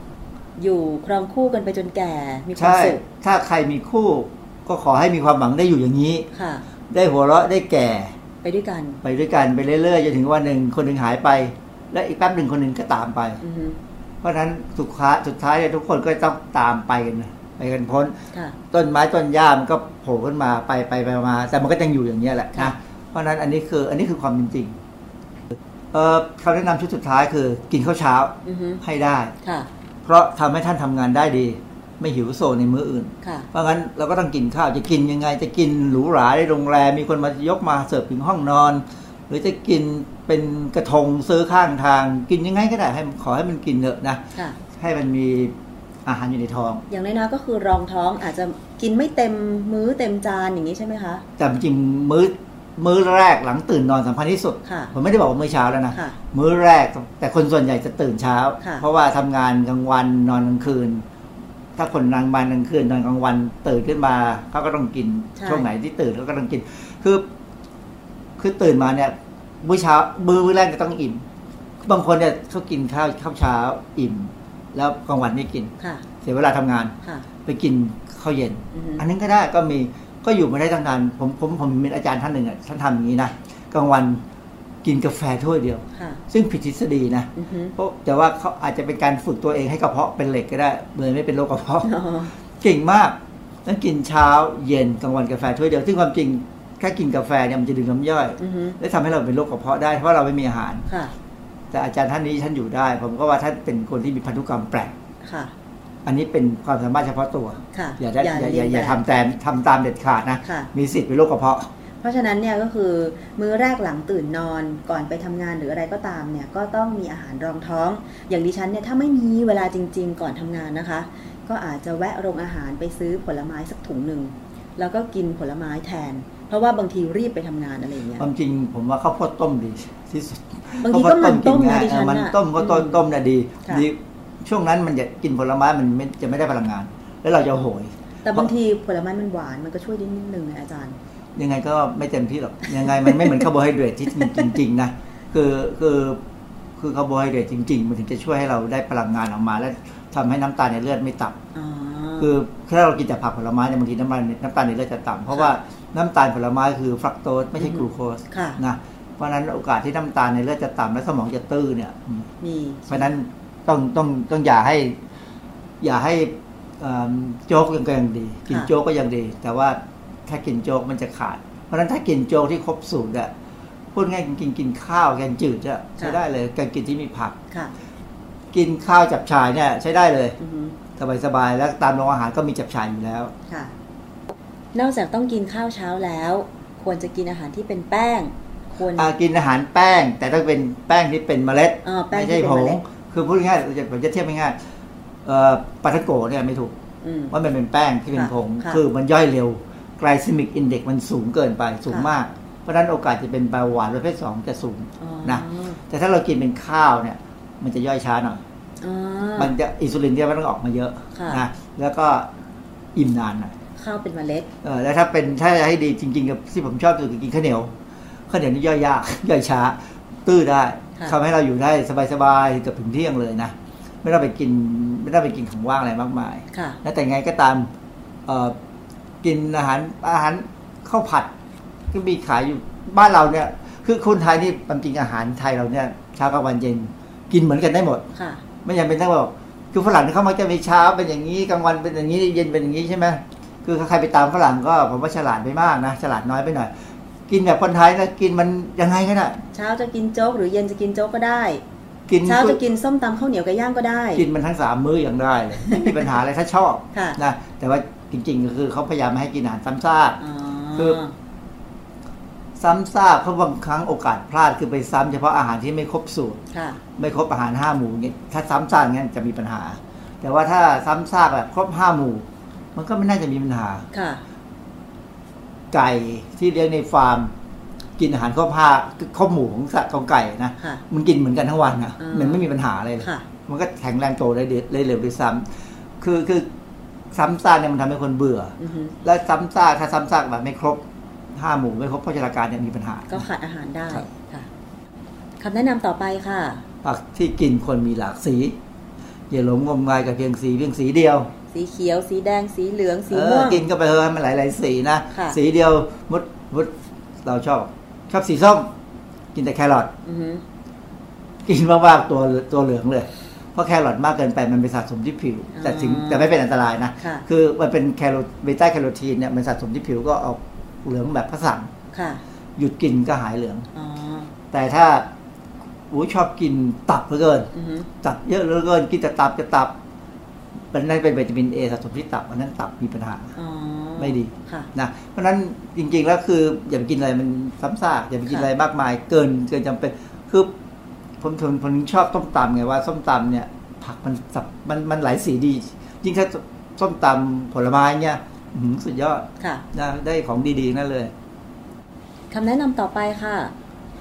B: อยู่ครองคู่กันไปจนแก่ มีความ
F: ใช่
B: สุข
F: ถ้าใครมีคู่ก็ขอให้มีความหวังได้อยู่อย่างนี้
B: ค่ะ
F: ได้หัวเราะได้แก่
B: ไปด้วยกัน
F: ไปด้วยกันไปเรื่อยๆจนถึงวันหนึ่งคนหนึ่งหายไป และอีกแป๊บหนึ่งคนหนึ่งก็ตามไป
B: อือฮึ
F: เพราะฉะนั้นสุดท้ายสุดท้ายเนี่ยทุกคนก็ต้องตามไปกันนะไปกันพ้น
B: ค่ะ
F: ต้นไม้ต้นหญ้ามันก็โผล่ขึ้นมาไปไปไปมา แต่มันก็ยังอยู่อย่างเนี้ยแหละนะเพราะฉะนั้นอันนี้คืออันนี้คือความเป็นจริง เอ่อคำแนะนำชุดสุดท้ายคือ กินข้าวเช้า
G: อือฮึ
F: ให้ได้
G: ค่ะ
F: เพราะทำให้ท่านทำงานได้ดี ไม่หิวโซในมื้ออื่น
G: ค่ะ
F: เพราะงั้นเราก็ต้องกินข้าวจะกินยังไง จะกินหรูหราในโรงแรมมีคนมายกมาเสิร์ฟถึงห้องนอน หรือจะกินเป็นกระทงซื้อข้างทาง กินยังไงก็ได้ให้ขอให้มันกินเถอะนะ
G: ค่ะ
F: ให้มันมีอาหารอยู่ในท้อง
G: อย่างน้อยๆก็คือรองท้องอาจจะกินไม่เต็มมื้อเต็มจานอย่างนี้ใช่ไหมคะ
F: แต่จริงๆมื้อมื้อแรกหลังตื่นนอนสำคัญที่สุด
G: ค่ะ
F: ผมไม่ได้บอกว่ามื้อเช้าแล้วนะ
G: ค่ะ
F: มื้อแรกแต่คนส่วนใหญ่จะตื่นเช้า
G: ค่ะ
F: เพราะว่าทำงานกลางวันนอนกลางคืน ถ้าคนนางบานกลางคืนนอนกลางวันตื่นขึ้นมาเขาก็ต้องกิน
G: ใช่
F: ช่วงไหนที่ตื่นเขาก็ต้องกิน คือ คือตื่นมาเนี่ยมื้อเช้ามื้อแรกจะต้องอิ่ม บางคนเนี่ยเขากินข้าวข้าวเช้าอิ่ม แล้วกลางวันไม่กิน
G: ค่ะ
F: เสียเวลาทำงาน
G: ค่ะ
F: ไปกินข้าวเย็น
G: อือฮึ
F: อันนั้นก็ได้ก็มีก็อยู่มาได้ตั้งนานผมผมผมเป็นอาจารย์ท่านหนึ่งอ่ะท่านทำอย่างนี้นะกลางวันกินกาแฟถ้วยเดียว
G: ค่ะ
F: ซึ่งผิดทฤษฎีนะ
G: อือฮึ
F: เพราะแต่ว่าเขาอาจจะเป็นการฝึกตัวเองให้กระเพาะเป็นเหล็กก็ได้เลยไม่เป็นโรคกระเพาะ
G: อ๋อ
F: เก่งมากนั้นกินเช้าเย็นกลางวันกาแฟถ้วยเดียว ซึ่งความจริงแค่กินกาแฟเนี่ยมันจะดึงน้ำย่อย
G: อือฮึ
F: และทำให้เราเป็นโรคกระเพาะได้เพราะเราไม่มีอาหาร
G: ค่ะ
F: แต่อาจารย์ท่านนี้ท่านอยู่ได้ ผมก็ว่าท่านเป็นคนที่มีพันธุกรรมแปลก
G: ค่ะ
F: อันนี้เป็นความสามารถเฉพาะตัว
G: ค่ะ
F: อย่าได้อย่าอย่าอย่า
G: เรีนแบบ
F: ทำแต่ทำตามเด็ดขาดนะ
G: ค่ะ
F: มีสิทธิ์เป็นโรคกระเพาะ
G: เพราะฉะนั้นเนี่ยก็คือมื้อแรกหลังตื่นนอนก่อนไปทำงานหรืออะไรก็ตามเนี่ยก็ต้องมีอาหารรองท้อง อย่างดิฉันเนี่ยถ้าไม่มีเวลาจริง ๆ ก่อนทำงานนะคะ ก็อาจจะแวะโรงอาหารไปซื้อผลไม้สักถุงหนึ่งแล้วก็กินผลไม้แทน เพราะว่าบางทีรีบไปทำงานอะไรอย่างเงี้ย
F: ความจริงผมว่าข้าวโพดต้มดีที่สุด
G: บางทีก็มันต้มนะ
F: ข้าวโพด
G: ดิฉันน่ะ
F: เออมันต้มก็ต้ม
G: อืม
F: ต้มน่ะดี
G: ค่ะ
F: ดี ช่วงนั้นมันจะกินผลไม้มันไม่จะไม่ได้พลังงาน แล้วเราจะโหย
G: แต่บางทีผลไม้มันหวานมันก็ช่วยได้นิดนึงนะอาจารย์
F: ยังไงก็ไม่เต็มที่หรอก ยังไงมันไม่เหมือนคาร์โบไฮเดรตที่จริงๆนะคือคือคือคาร์โบไฮเดรตจริง ๆ มันถึงจะช่วยให้เราได้พลังงานออกมา และทำให้น้ำตาลในเลือดไม่ต่ำ
G: อ๋อ
F: คือถ้าเรากินแต่ผักผลไม้เนี่ยบางทีน้ำตาลน้ำตาลในเลือดจะต่ำเพราะว่าน้ำตาลผลไม้คือฟรักโตสไม่ใช่
G: อือกฮึ
F: ลูโคส
G: ค่ะ
F: นะเพราะฉะนั้นโอกาสที่น้ำตาลในเลือดจะต่ำและสมองจะตื้อเนี่ยอืม
G: มี
F: เพราะฉะนั้นต้องต้องต้องอย่าให้ อย่าให้เอิ่มโจ๊กยังก็ยังดี กิน
G: ค่ะ
F: โจ๊กก็ยังดี แต่ว่าถ้ากินโจ๊กมันจะขาด เพราะฉะนั้นถ้ากินโจ๊กที่ครบสูตรอะพูดง่ายๆกินกินข้าวแกงจืดอะใช้ได้เลยแกงกินที่มีผัก
G: ค่ะ
F: กินข้าวจับฉายเนี่ยใช้ได้เลย
G: อือฮึ
F: สบายๆแล้วตามโรงอาหารก็มีจับฉายอยู่แล้ว
G: ค่ะ นอกจากต้องกินข้าวเช้าแล้ว ควรจะกินอาหารที่เป็นแป้ง ควร
F: อ่ากินอาหารแป้ง แต่ต้องเป็นแป้งที่เป็นเมล็ด
G: อ่าแป้ง
F: ไม่ใช่
G: ที่เป็น
F: ผ
G: เม
F: ง
G: ล็ด
F: คือพูดง่ายๆเราจะผมจะเทียบง่ายๆเอ่อปาทาโกะเนี่ยไม่ถูก
G: อืม
F: ว่ามันเป็นแป้งที่เป็น
G: ค่ะ
F: ผง
G: ค่ะ
F: คือมันย่อยเร็วไกลซิมิกอินเด็กมันสูงเกินไปสูง
G: ค่ะ
F: มาก เพราะฉะนั้นโอกาสจะเป็นเบาหวานประเภทสองจะสูง
G: อ๋อ
F: นะ แต่ถ้าเรากินเป็นข้าวเนี่ย มันจะย่อยช้าหน่อย
G: อ๋อ
F: มันจะอินซูลินเนี่ยมันต้องออกมาเยอะ
G: ค่ะ
F: นะแล้วก็อิ่มนานหน่อย
G: ข้าวเป็นเมล็ด
F: เออแล้วถ้าเป็นถ้าจะให้ดีจริงๆกับที่ผมชอบที่สุดคือกินข้าวเหนียวข้าวเหนียวนี่ย่อยยาก [LAUGHS] ย่อยช้า ตื้อได้
G: ค่ะ
F: ทำให้เราอยู่ได้สบายๆเกับถึงเที่ยงเลยนะไม่ต้องไปกินไม่ต้องไปกินของว่างอะไรมากมาย
G: ค่ะ
F: แล้วแต่ไงก็ตามเอ่อกินอาหารอาหารข้าวผัดก็มีขายอยู่บ้านเราเนี่ย คือคนไทยนี่ความจริงอาหารไทยเราเนี่ยเช้ากลางวันเย็นกินเหมือนกันได้หมด
G: ค่ะ
F: ไม่จำเป็นต้องบอกคือฝรั่งเขามักจะมีเช้าเป็นอย่างนี้กลางวันเป็นอย่างนี้เย็นเป็นอย่างนี้ใช่ไหมคือใครไปตามฝรั่งก็ผมว่าฉลาดไปมากนะฉลาดน้อยไปหน่อย กินแบบคนไทยนะกินมันยังไงก็ได้
G: เช้าจะกินโจ๊กหรือเย็นจะกินโจ๊กก็ได้
F: กิน
G: เช้าจะกินส้มตำข้าวเหนียวไก่ย่างก็ได้
F: กินมันทั้งสามมื้ออย่างได้เลยไม่มีปัญหาอะไรถ้าชอบ
G: ค่ะ
F: นะแต่ว่าจริงๆก็คือเขาพยายามไม่ให้กินอาหารซ้ำซาก
G: อ๋อ
F: คือ ซ้ำซากเพราะบางครั้งโอกาสพลาดคือไปซ้ำเฉพาะอาหารที่ไม่ครบสูตร
G: ค่ะ
F: ไม่ครบอาหารห้าหมู่เนี่ยถ้าซ้ำซากเงี้ยจะมีปัญหา แต่ว่าถ้าซ้ำซากแบบครบห้าหมู่ มันก็ไม่น่าจะมีปัญหา
G: ค่ะ
F: ไก่ที่เลี้ยงในฟาร์ม กินอาหารข้าวผ้าข้าวหมูของสัตว์ของไก่นะ
G: ค่ะ
F: มันกินเหมือนกันทั้งวันนะ
G: อ่ามั
F: มันไม่มีปัญหาอะไรเลย
G: ค่ะ
F: มันก็แข็งแรงโตได้เดได้เร็วด้วยซ้ำคือคือซ้ำซากเนี่ยมันทำให้คนเบื่อ
G: อือฮึ
F: และซ้ำซากถ้าซ้ำซากแบบไม่ครบห้าหมู่ไม่ครบโภชนาการเนี่ยมีปัญหา
G: ก็ขาดอาหารได้
F: ครับ
G: ค่ะคำแนะนำต่อไปค่ะ
F: ผักที่กินควรมีหลากสีอย่าหลงงมงายกับเพียงสีเพียงสีเดียว
G: สีเขียว สีแดง สีเหลือง สี
F: เออ
G: ม่วง
F: กินก็ไปเถอะให้มันหลายๆสีนะ
G: ค่ะ
F: สีเดียวมุดมุดเราชอบ ชอบสีส้ม กินแต่แครอท
G: อือฮึ
F: กินมากๆตัวตัวเหลืองเลย เพราะแครอทมากเกินไปมันไปสะสมที่ผิว แต่ถึงแต่ไม่เป็นอันตรายนะ
G: ค่ะ
F: คือมันเป็นแคโรเบต้าแคโรทีนเนี่ยมันสะสมที่ผิวก็ออกเหลืองแบบพระสัง
G: ค่ะ
F: หยุดกินก็หายเหลือง
G: อ๋อ
F: แต่ถ้า โอ้ยชอบกินตับเหลือเกิน
G: อือฮึ
F: ตับเยอะเหลือเกิน กินแต่ตับจะตับมันนั่นเป็นวิตามินเอสะสมที่ตับอันนั้นตับมีปัญหา
G: อ๋อ
F: ไม่ดี
G: ค่ะ
F: นะเพราะฉะนั้นจริง ๆ แล้วคืออย่าไปกินอะไรมันซ้ำซากอย่าไปกิน
G: ค่ะ
F: อะไรมากมาย เกินเกินจำเป็นคือผมผมผมชอบส้มตำไงว่าส้มตำเนี่ย ผักมันสับมันมันหลายสีดี ยิ่งถ้าส้มตำผลไม้เนี่ยอื้อหือสุดยอด
G: ค่ะ
F: นะได้ของดีๆนั่นเลย
G: คำแนะนำต่อไปค่ะ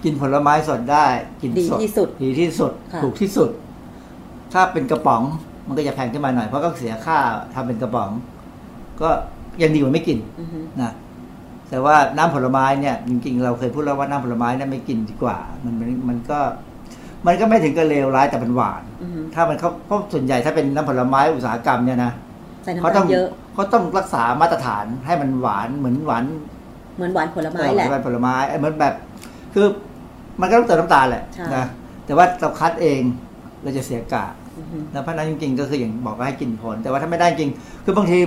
F: กินผลไม้สดได้ กิน
G: ดีที่สุด
F: ดีที่สุด
G: ค่ะ
F: ถูกที่สุด ถ้าเป็นกระป๋องมันก็จะแพงขึ้นมาหน่อยเพราะก็เสียค่าทำเป็นกระป๋อง ก็ยังดีกว่าไม่กิน
G: อือฮึ
F: นะแต่ว่าน้ำผลไม้เนี่ยจริงๆเราเคยพูดแล้วว่าน้ำผลไม้เนี่ยไม่กินดีกว่า มันมันมันก็ มันก็ไม่ถึงกับเลวร้ายแต่มันหวาน
G: อือฮึ
F: ถ้ามันเขาเพราะส่วนใหญ่ถ้าเป็นน้ำผลไม้อุตสาหกรรมเนี่ยนะ
G: ใส่น้ำ
F: เขาต้
G: ตา
F: อ
G: ล
F: ง
G: เยอะ
F: เขาต้องรักษามาตรฐานให้มันหวานเหมือนหวาน
G: เหมือนหวานผลไม้
F: เอ่อ
G: แหละ
F: หวานผลไม้เอ้ยเหมือนแบบ คือมันก็ต้องเติมน้ำตาลแหละ
G: ใช่
F: นะแต่ว่าเราคัดเองเราจะเสียกาด
G: อือฮึ
F: แล้วเพราะฉะนั้นจริงๆก็คืออย่างบอกว่าให้กินผล แต่ว่าถ้าไม่ได้จริง คือบางที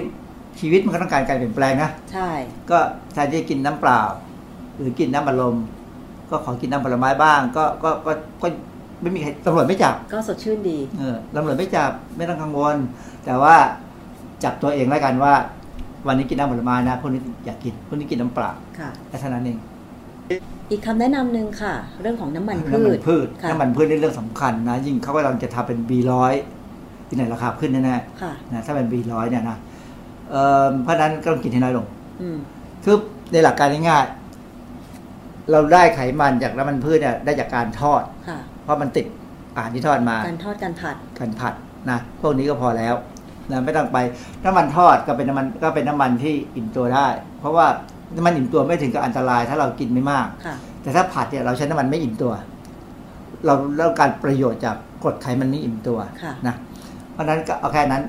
F: ชีวิตมันก็ต้องการการเปลี่ยนแปลงนะ
G: ใช่
F: ก็แทนที่จะกินน้ำเปล่า หรือกินน้ำบัลลม ก็ขอกินน้ำผลไม้บ้าง ก็ก็ก็ก็ไม่มีใครตำรวจไม่จับ
G: ก็สดชื่นดี
F: เออตำรวจไม่จับไม่ต้องกังวล แต่ว่าจับตัวเองแล้วกันว่า วันนี้กินน้ำผลไม้นะพรุ่งนี้อยากกินพรุ่งนี้กินน้ำเปล่า
G: ค่ะ
F: แค่เท่านั้นเอง
G: อีกคำแนะนำหนึ่งค่ะ เรื่องของน้ำมันพื
F: น้ำมั
G: ช
F: นพืช
G: ค่ะ
F: น้ำมันพืชนี่เรื่องสำคัญนะยิ่งเขากำลังจะทำเป็นบีร้อยที่ไหนราคาขึ้นแน่ๆ
G: ค่ะ
F: นะถ้าเป็น B100 เนี่ยนะเอิ่มเพราะฉะนั้นก็ต้องกินให้น้อยลง
G: อืม
F: คือในหลักการง่ายๆเราได้ไขมันจากน้ำมันพืชเนี่ยได้จากการทอด
G: ค่ะ
F: เพราะมันติดอาหารที่ทอดมา
G: การทอดการผัด
F: การผัดนะพวกนี้ก็พอแล้วนะไม่ต้องไปน้ำมันทอดก็เป็นน้ำมันก็เป็นน้ำมันที่อิ่มตัวได้ เพราะว่าน้ำมันอิ่มตัวไม่ถึงกับอันตราย ถ้าเรากินไม่มาก
G: ค่ะ
F: แต่ถ้าผัดเนี่ยเราใช้น้ำมันไม่อิ่มตัว เราเราการประโยชน์จากกรดไขมันไม่อิ่มตัว
G: ค่ะ
F: นะเพราะฉะนั้นก็เอาแค่นั้น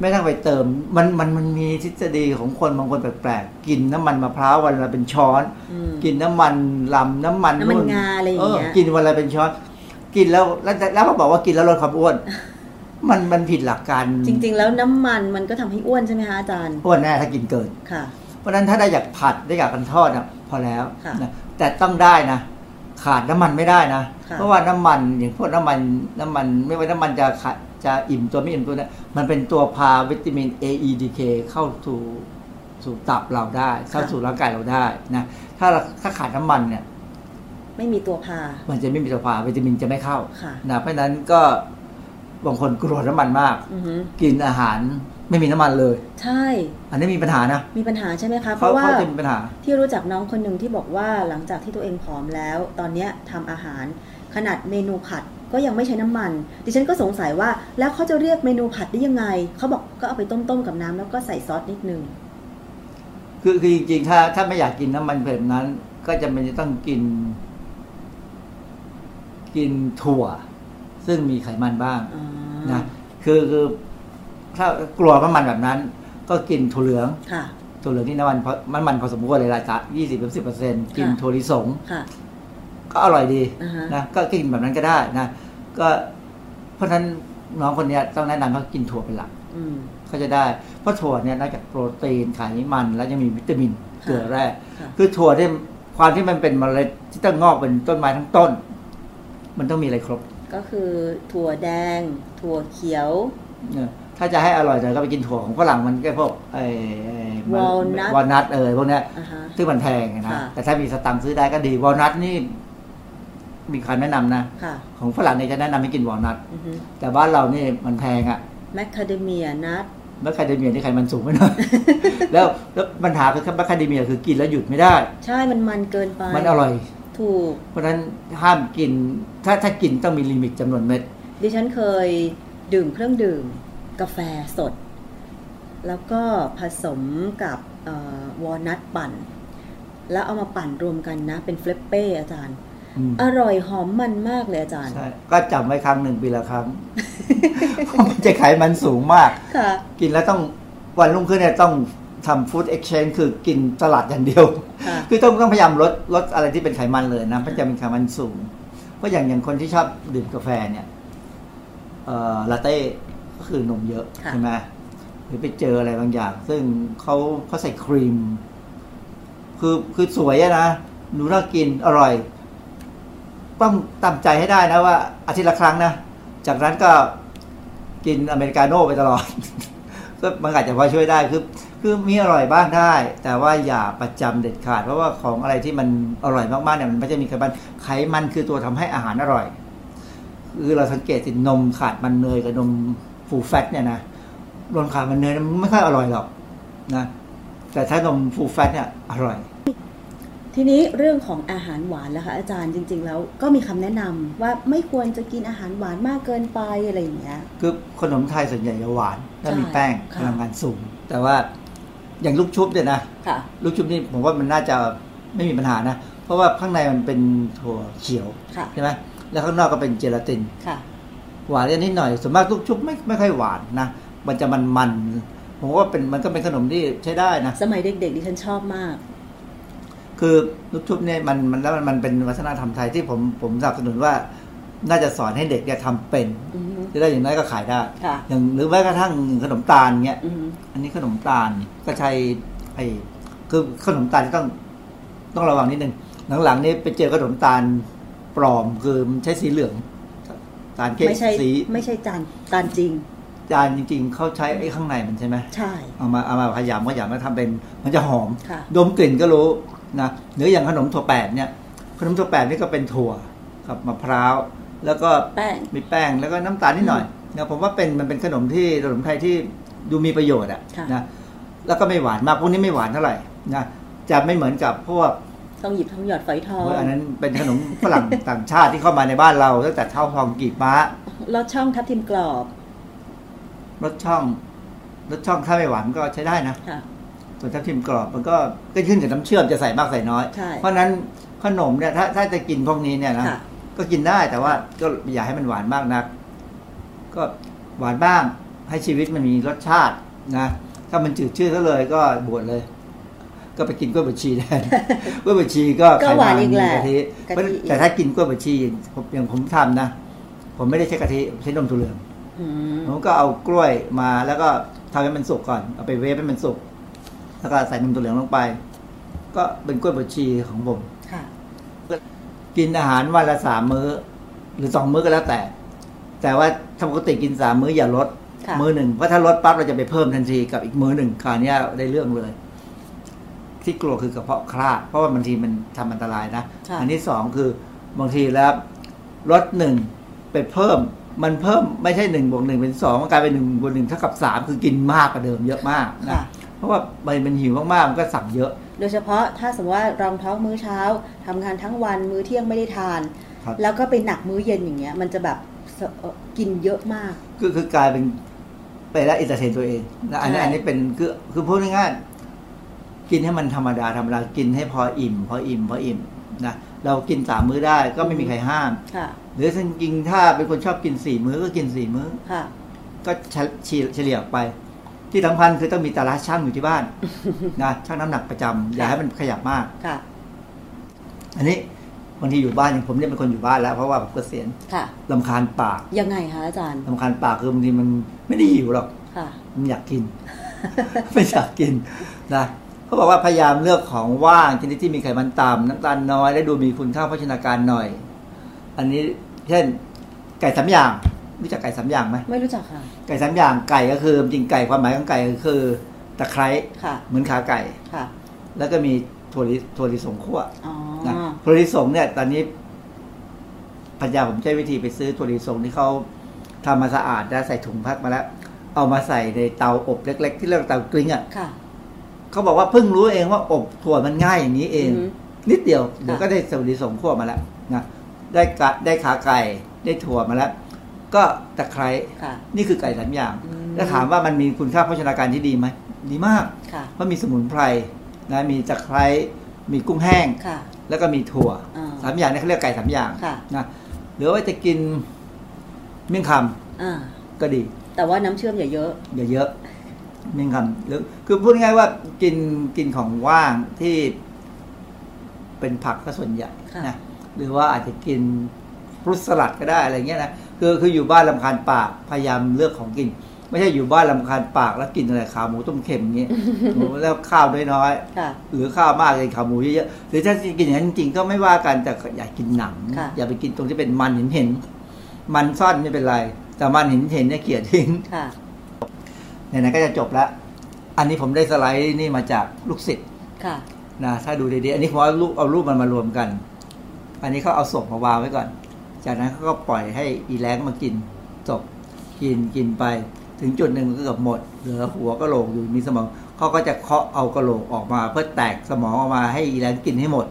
F: ไม่ต้องไปเติม มันมันมันมีทฤษฎีของคนบางคนแปลกๆกินน้ำมันมะพร้าววันละเป็นช้อน
G: อืม
F: กินน้ำมันลำน้ำมัน
G: น้ำมัน
F: นู่
G: งาอะไรอย่างเงี้ย
F: กินวันละเป็นช้อน กินแล้วแล้วแล้วเขาบอกว่ากินแล้วลดความอ้
G: [LAUGHS]
F: วน มันมันผิดหลักการ
G: จริง ๆ แล้วน้ำมันมันก็ทำให้อ้วนใช่ไหมคะอาจารย์
F: อ้วนแน่ถ้ากินเกิน
G: ค่ะ
F: เพราะฉะนั้นถ้าได้อยากผัดได้อยากกันทอดนะพอแล้ว
G: ค่ะ
F: นะแต่ต้องได้นะ ขาดน้ำมันไม่ได้นะ
G: ค่ะ
F: เพราะว่าน้ำมันอย่างพวกน้ำมันน้ำมันไม่ว่าน้ำมันจะขาดจะอิ่มตัวไม่อิ่มตัวเนี่ยมันเป็นตัวพาวิตามิน A E D K เข้าสู่สู่ตับเราได้ เข้าสู่ร่างกายเราได้นะถ้าเราถ้าขาดน้ำมันเนี่ย
G: ไม่มีตัวพา
F: มันจะไม่มีตัวพาวิตามินจะไม่เข้า
G: ค่ะ
F: นะเพราะฉะนั้นก็บางคนกลัวน้ำมันมาก
G: อือหือ
F: กินอาหารไม่มีน้ำมันเลย
G: ใช่
F: อันนี้มีปัญหานะ
G: มีปัญหาใช่ไหมคะ เพ
F: เขา
G: ราะว่า
F: เขาจะมีปัญหา
G: ที่รู้จักน้องคนหนึ่งที่บอกว่าหลังจากที่ตัวเองผอมแล้ว ตอนเนี้ยทำอาหาร ขนาดเมนูผัดก็ยังไม่ใช้น้ำมัน ดิฉันก็สงสัยว่าแล้วเขาจะเรียกเมนูผัดได้ยังไง เขาบอกก็เอาไปต้มๆกับน้ำแล้วก็ใส่ซอสนิดนึง
F: คือคือจริงๆ ถ้าถ้าไม่อยากกินน้ำมันแบบนั้น ก็จะมันจะต้องกิน กินถั่ว ซึ่งมีไขมันบ้าง
G: อ๋อ
F: นะคือคือถ้ากลัวน้ำมันแบบนั้น ก็กินถั่วเหลือง
G: ค่ะ
F: ถั่วเหลืองนี่น้ำมันพอมันมันพอสมควรเลยละจ้ะยี่สิบถึงสิบเปอร์เซ็นต์กิน
G: ค่ะ
F: ถั่วลิสง
G: ค่ะ
F: ก็อร่อยดี
G: อ่าฮะ
F: นะก็กินแบบนั้นก็ได้นะก็เพราะฉะนั้นน้องคนเนี้ยต้องแนะนำเขากินถั่วเป็นหลัก
G: อืม
F: ก็จะได้ เพราะถั่วเนี่ยนอกจากโปรตีนไขมันแล้วยังมีวิตามินเกลือแร่
G: ค่ะ
F: คือถั่วที่ความที่มันเป็นเมล็ดที่ต้องงอกเป็นต้นไม้ทั้งต้น มันต้องมีอะไรครบ
G: ก็คือถั่วแดง ถั่วเขียว
F: เนี่ยถ้าจะให้อร่อยเนี่ยก็ไปกินถั่วของฝรั่งมันก็พวกไอ้ไอ้
G: Walnut
F: วอลนัทเอ่ยพวกเนี้ย
G: อ่ะฮะ
F: ซึ่งมันแพงอะนะ
G: ค่ะ
F: แต่ถ้ามีสตังค์ซื้อได้ก็ดีวอลนัทนี่มีคำแนะนำนะ
G: ค่ะ
F: ของฝรั่งเนี่ยจะแนะนำให้กินวอลนัท
G: อือฮึ
F: แต่บ้านเรานี่มันแพงอะ
G: แมคคาเดเมียนัท
F: แมคคาเดเมียนี่ไขมันสูงไปห
G: [LAUGHS]
F: น่อย แล้วแล้วปัญหาคือครับแมคคาเดเมียคือกินแล้วหยุดไม่ได้
G: ใช่มันมันเกินไป
F: มันอร่อย
G: ถูก
F: เพราะฉะนั้นห้ามกิน ถ้าถ้ากินต้องมีลิมิตจำนวนเม็ด
G: ดิฉันเคยดื่มเครื่องดื่ม กาแฟสด แล้วก็ผสมกับวอลนัทปั่น แล้วเอามาปั่นรวมกันนะ เป็นเฟลปเป้อาจารย์
F: อืม
G: อร่อยหอมมันมากเลยอาจารย์
F: ใช่ก็จำไว้ครั้งหนึ่งปีละ
G: [LAUGHS]
F: ครั้ง เพราะมันจะไขมันสูงมาก
G: ค่ะ
F: กินแล้วต้องวันรุ่งขึ้นเนี่ยต้องทำฟู้ดเอ็กชแนนคือกินสลัดอย่างเดียว
G: ค่ะ
F: คือต้องต้องพยายามลดลดอะไรที่เป็นไขมันเลยนะเพราะจะเป็นไขมันสูง เพราะอย่างอย่างคนที่ชอบดื่มกาแฟเนี่ยเอ่อลาเต้ก็คือนมเยอะ
G: ค่ะ
F: ใช่ไหมหรือไปเจออะไรบางอย่าง ซึ่งเขาเขาใส่ครีม คือคือสวยอะนะดูน่ากินอร่อย ต้องตั้งใจให้ได้นะว่าอาทิตย์ละครั้งนะ จากนั้นก็กินอเมริกาโน่ไปตลอด [LAUGHS] ก็มันอาจจะพอช่วยได้คือคือมีอร่อยบ้างได้ แต่ว่าอย่าประจำเด็ดขาด เพราะว่าของอะไรที่มันอร่อยมากๆเนี่ยมันไม่ใช่มีไขมันไขมันคือตัวทำให้อาหารอร่อย คือเราสังเกตสินมขาดมันเนยกับนมฟูลแฟตเนี่ยนะนมขาดมันเนยมันไม่ค่อยอร่อยหรอกนะแต่ถ้านมฟูลแฟตเนี่ยอร่อย
G: ทีนี้เรื่องของอาหารหวานแล้วค่ะอาจารย์จริง ๆ แล้วก็มีคำแนะนำว่าไม่ควรจะกินอาหารหวานมากเกินไปอะไรอย่างเงี้ย
F: คือขนมไทยส่วนใหญ่จะหวานถ้า
G: ใช่
F: มีแป้ง
G: ค่ะ
F: พลังงานสูง แต่ว่าอย่างลูกชุบเนี่ยนะ
G: ค่ะ
F: ลูกชุบนี่ผมว่ามันน่าจะไม่มีปัญหานะ เพราะว่าข้างในมันเป็นถั่วเขียว
G: ค่ะ
F: ใช่ไหมแล้วข้างนอกก็เป็นเจลาติน
G: ค่ะ
F: หวานนิดหน่อยส่วนมากลูกชุบไม่ไม่ค่อยหวานนะมันจะมันมันๆผมว่าเป็นมันก็เป็นขนมที่ใช้ได้นะ
G: สมัยเด็กๆดิฉันชอบมาก
F: คือลูกชุบเนี่ยมันมันแล้วมันมันเป็นวัฒนธรรมไทยที่ผมผมสนับสนุนว่า น่าจะสอนให้เด็กเนี่ยทำเป็น
G: อือฮึ
F: จะได้อย่างน้อยก็ขายได้
G: ค่ะ
F: อย่างหรือแม้กระทั่งขนมตาลเงี้ย
G: อืม
F: อันนี้ขนมตาลก็ใช้ไอ้คือขนมตาลที่ต้องต้องระวังนิดนึงหลังๆนี่ไปเจอขนมตาลปลอมคือมันใช้สีเหลือง ตาลเค้ก
G: ไม่ใช่
F: สี
G: ไม่ใช่จานตานจริง
F: จานจริง ๆเขาใช้ไอ้ข้างในมันใช่ไหม
G: ใช่
F: เอามาเอามาขยำขยำแล้วทำเป็นมันจะหอม
G: ค่ะ
F: ดมกลิ่นก็รู้นะหรืออย่างขนมถั่วแปดเนี่ยขนมถั่วแปดนี่ก็เป็นถั่วกับมะพร้าว แล้วก็
G: แป้ง
F: มีแป้งแล้วก็น้ำตาลนิดหน่อยนะผมว่าเป็นมันเป็นขนมที่ขนมไทยที่ดูมีประโยชน์อะ
G: ค่ะ
F: นะแล้วก็ไม่หวานมากพวกนี้ไม่หวานเท่าไหร่นะจะไม่เหมือนกับพวก
G: ต้องหยิบทองหยอดฝอยทอง
F: โอ้ยอันนั้นเป็นขนมฝรั่ง ต่างชาติที่เข้ามาในบ้านเราตั้งแต่เท่าทองกีบม้า
G: ลอดช่องทับทิมกรอบ
F: รสช่องรสช่องถ้าไม่หวานก็ใช้ได้นะ
G: ค่ะ
F: ส่วนทับทิมกรอบมันก็ก็ขึ้นกับน้ำเชื่อมจะใส่มากใส่น้อย
G: ใช่
F: เพราะฉะนั้นขนมเนี่ยถ้าถ้าจะกินพวกนี้เนี่ยนะ
G: ค่ะ
F: ก็กินได้แต่ว่าก็อย่าให้มันหวานมากนัก ก็หวานบ้างให้ชีวิตมันมีรสชาตินะ ถ้ามันจืดชืดซะเลยก็บวชเลย ก็ไปกินกล้วยบวชชีแท
G: [LAUGHS]
F: น กล้วยบวชชีก็
G: ก็หวานอีกแหละ
F: ไขมันมี
G: กะทิ
F: กะทิเพราะแต่ถ้ากินกล้วยบวชชีผมอย่างผมทำนะ ผมไม่ได้ใช้กะทิผมใช้นมถั่วเหลือง
G: อืม
F: ผมก็เอากล้วยมาแล้วก็ทำให้มันสุกก่อน เอาไปเวฟให้มันสุก แล้วก็ใส่นมถั่วเหลืองลงไป ก็เป็นกล้วยบวชชีของผม
G: ค่ะ
F: กินอาหารวันละสามมื้อ หรือสองมื้อก็แล้วแต่ แต่ว่าถ้าปกติกินสามมื้ออย่าลด
G: ค่ะ
F: มื้อหนึ่งเพราะถ้าลดปั๊บเราจะไปเพิ่มทันทีกับอีกมื้อหนึ่งคราวเนี้ยได้เรื่องเลย ที่กลัวคือกระเพาะคลาดเพราะว่าบางทีมันทำอันตรายนะ
G: ค่ะ
F: อัที่สองคือบางทีแล้วลดหนึ่งไปเพิ่ม มันเพิ่มไม่ใช่หนึ่งบวกหนึ่งเป็นสองมันกลายเป็นหนึ่งบวกหนึ่งเท่ากับสามคือกินมากกว่าเดิมเยอะมากนะ
G: ค่ะ
F: เพราะว่ามันมันหิวมากๆมันก็สั่งเยอะ
G: โดยเฉพาะถ้าสมมติว่ารองท้องมื้อเช้าทำงานทั้งวันมื้อเที่ยงไม่ได้ทาน
F: ครับ
G: แล้วก็ไปหนักมื้อเย็นอย่างเงี้ย มันจะแบบสเอ่อกินเยอะมาก
F: ก็คือกลายเป็นไปแล้วอินเตอร์เทนตัวเองนะอันนี้
G: ใช่
F: อันนี้เป็นคือคือพูดง่ายๆกินให้มันธรรมดาธรรมดากินให้พออิ่ม พออิ่มพออิ่มนะเรากินสามมื้อได้ก็ไม่มีใครห้าม
G: ค่ะ
F: หรือจริงๆถ้าเป็นคนชอบกินสี่มื้อก็กินสี่มื้อ
G: ค่ะ
F: ก็เฉเฉเฉลี่ยออกไป ที่สำคัญคือต้องมีตาราช่างอยู่ที่บ้าน นะช่างน้ำหนักประจำอย่าให้มันขยับมาก
G: ค่ะ
F: อันนี้บางทีอยู่บ้านอย่างผมเนี่ยเป็นคนอยู่บ้านแล้วเพราะว่าผมเกษียณ
G: ค่ะ
F: ลำคาญปาก
G: ยังไงคะอาจารย์
F: ลำคาญปากคือบางทีมันไม่ได้หิวหรอก
G: ค่ะ
F: มันอยากกิน [LAUGHS] ไม่อยากกินนะเขาบอกว่าพยายามเลือกของว่างชนิดที่มีไขมันต่ำน้ำตาลน้อย และดูมีคุณค่าโภชนาการหน่อย อันนี้เช่น ไก่สามอย่างรู้จักไก่สามอย่างไหม
G: ไม่รู้จักค่ะ
F: ไก่สามอย่างไก่ก็คือจริงๆไก่ความหมายของไก่ก็คือตะไคร้
G: ค่ะ
F: เหมือนขาไก่
G: ค่ะ
F: แล้วก็มีถั่วลิถั่วลิสงคั่ว
G: อ๋อ
F: นะถั่วลิสงเนี่ย ตอนนี้ภรรยาผมใช้วิธีไปซื้อถั่วลิสงที่เขาทำมาสะอาดแล้วใส่ถุงพักมาแล้ว เอามาใส่ในเตาอบเล็ก ๆ ที่เรียกว่าเตากลิ้งอ่ะ
G: ค่ะ
F: เขาบอกว่าเพิ่งรู้เองว่าอบถั่วมันง่ายอย่างนี้เอง
G: อือหื
F: นิดเดียวเดี๋ยวก็ได้สวดีสงขั้วมาแล้วนะได้กะได้ขาไก่ได้ถั่วมาแล้ว ก็ตะไคร้
G: ค่ะ
F: นี่คือไก่สามอย่าง
G: อืม
F: แล้วถามว่ามันมีคุณค่าโภชนาการที่ดีไหมดีมาก
G: ค่ะ
F: เพราะมีสมุนไพรนะมีตะไคร้มีกุ้งแห้ง
G: ค่ะ
F: แล้วก็มีถั่ว
G: อ่า
F: สามอย่างนี่เขาเรียกไก่สามอย่าง
G: ค่ะ
F: นะหรือว่าจะกินเมี่ยงค
G: อ่า
F: ำก็ดี
G: แต่ว่าน้ำเชื่อมอย่าเยอะ
F: อย่าเยอะนี่คำหรือคือพูดง่ายๆว่ากินกินของว่างที่เป็นผักก็ส่วนใหญ่
G: ค่ะ
F: นะหรือว่าอาจจะกินฟรุตสลัดก็ได้อะไรเงี้ยนะคือคืออยู่บ้านลำคาญปากพยายามเลือกของกิน ไม่ใช่อยู่บ้านลำคาญปากแล้วกินอะไรขาหมูต้มเค็มอย่างเงี้
G: [LAUGHS]
F: ย หมูแล้วข้าวน้อย
G: ค่ะ
F: ๆหรือข้าวมากกินขาหมูเยอะๆหรือถ้าจะกินอย่างนั้นจริงๆก็ไม่ว่ากันแต่อย่ากินหนัง
G: ค่ะ
F: อย่าไปกินตรงที่เป็นมันเห็นๆมันซ่อนไม่เป็นไร แต่มันเห็นๆเนี่ยเกลียดทิ้ง
G: ค่ะ
F: ไหนๆก็จะจบแล้ว อันนี้ผมได้สไลด์นี่มาจากลูกศิษย์
G: ค่ะ
F: นะถ้าดูดีๆ อันนี้ผมเอารูปเอารูปมันมารวมกัน อันนี้เขาเอาศพมาวางไว้ก่อน จากนั้นเขาก็ปล่อยให้อีแรงมากินศพกินกินไป ถึงจุดหนึ่งมันก็เกือบหมด เหลือหัวกะโหลกอยู่มีสมองเขาก็จะเคาะเอากะโหลกออกมา เพื่อแตกสมองออกมาให้อีแรงกินให้หมด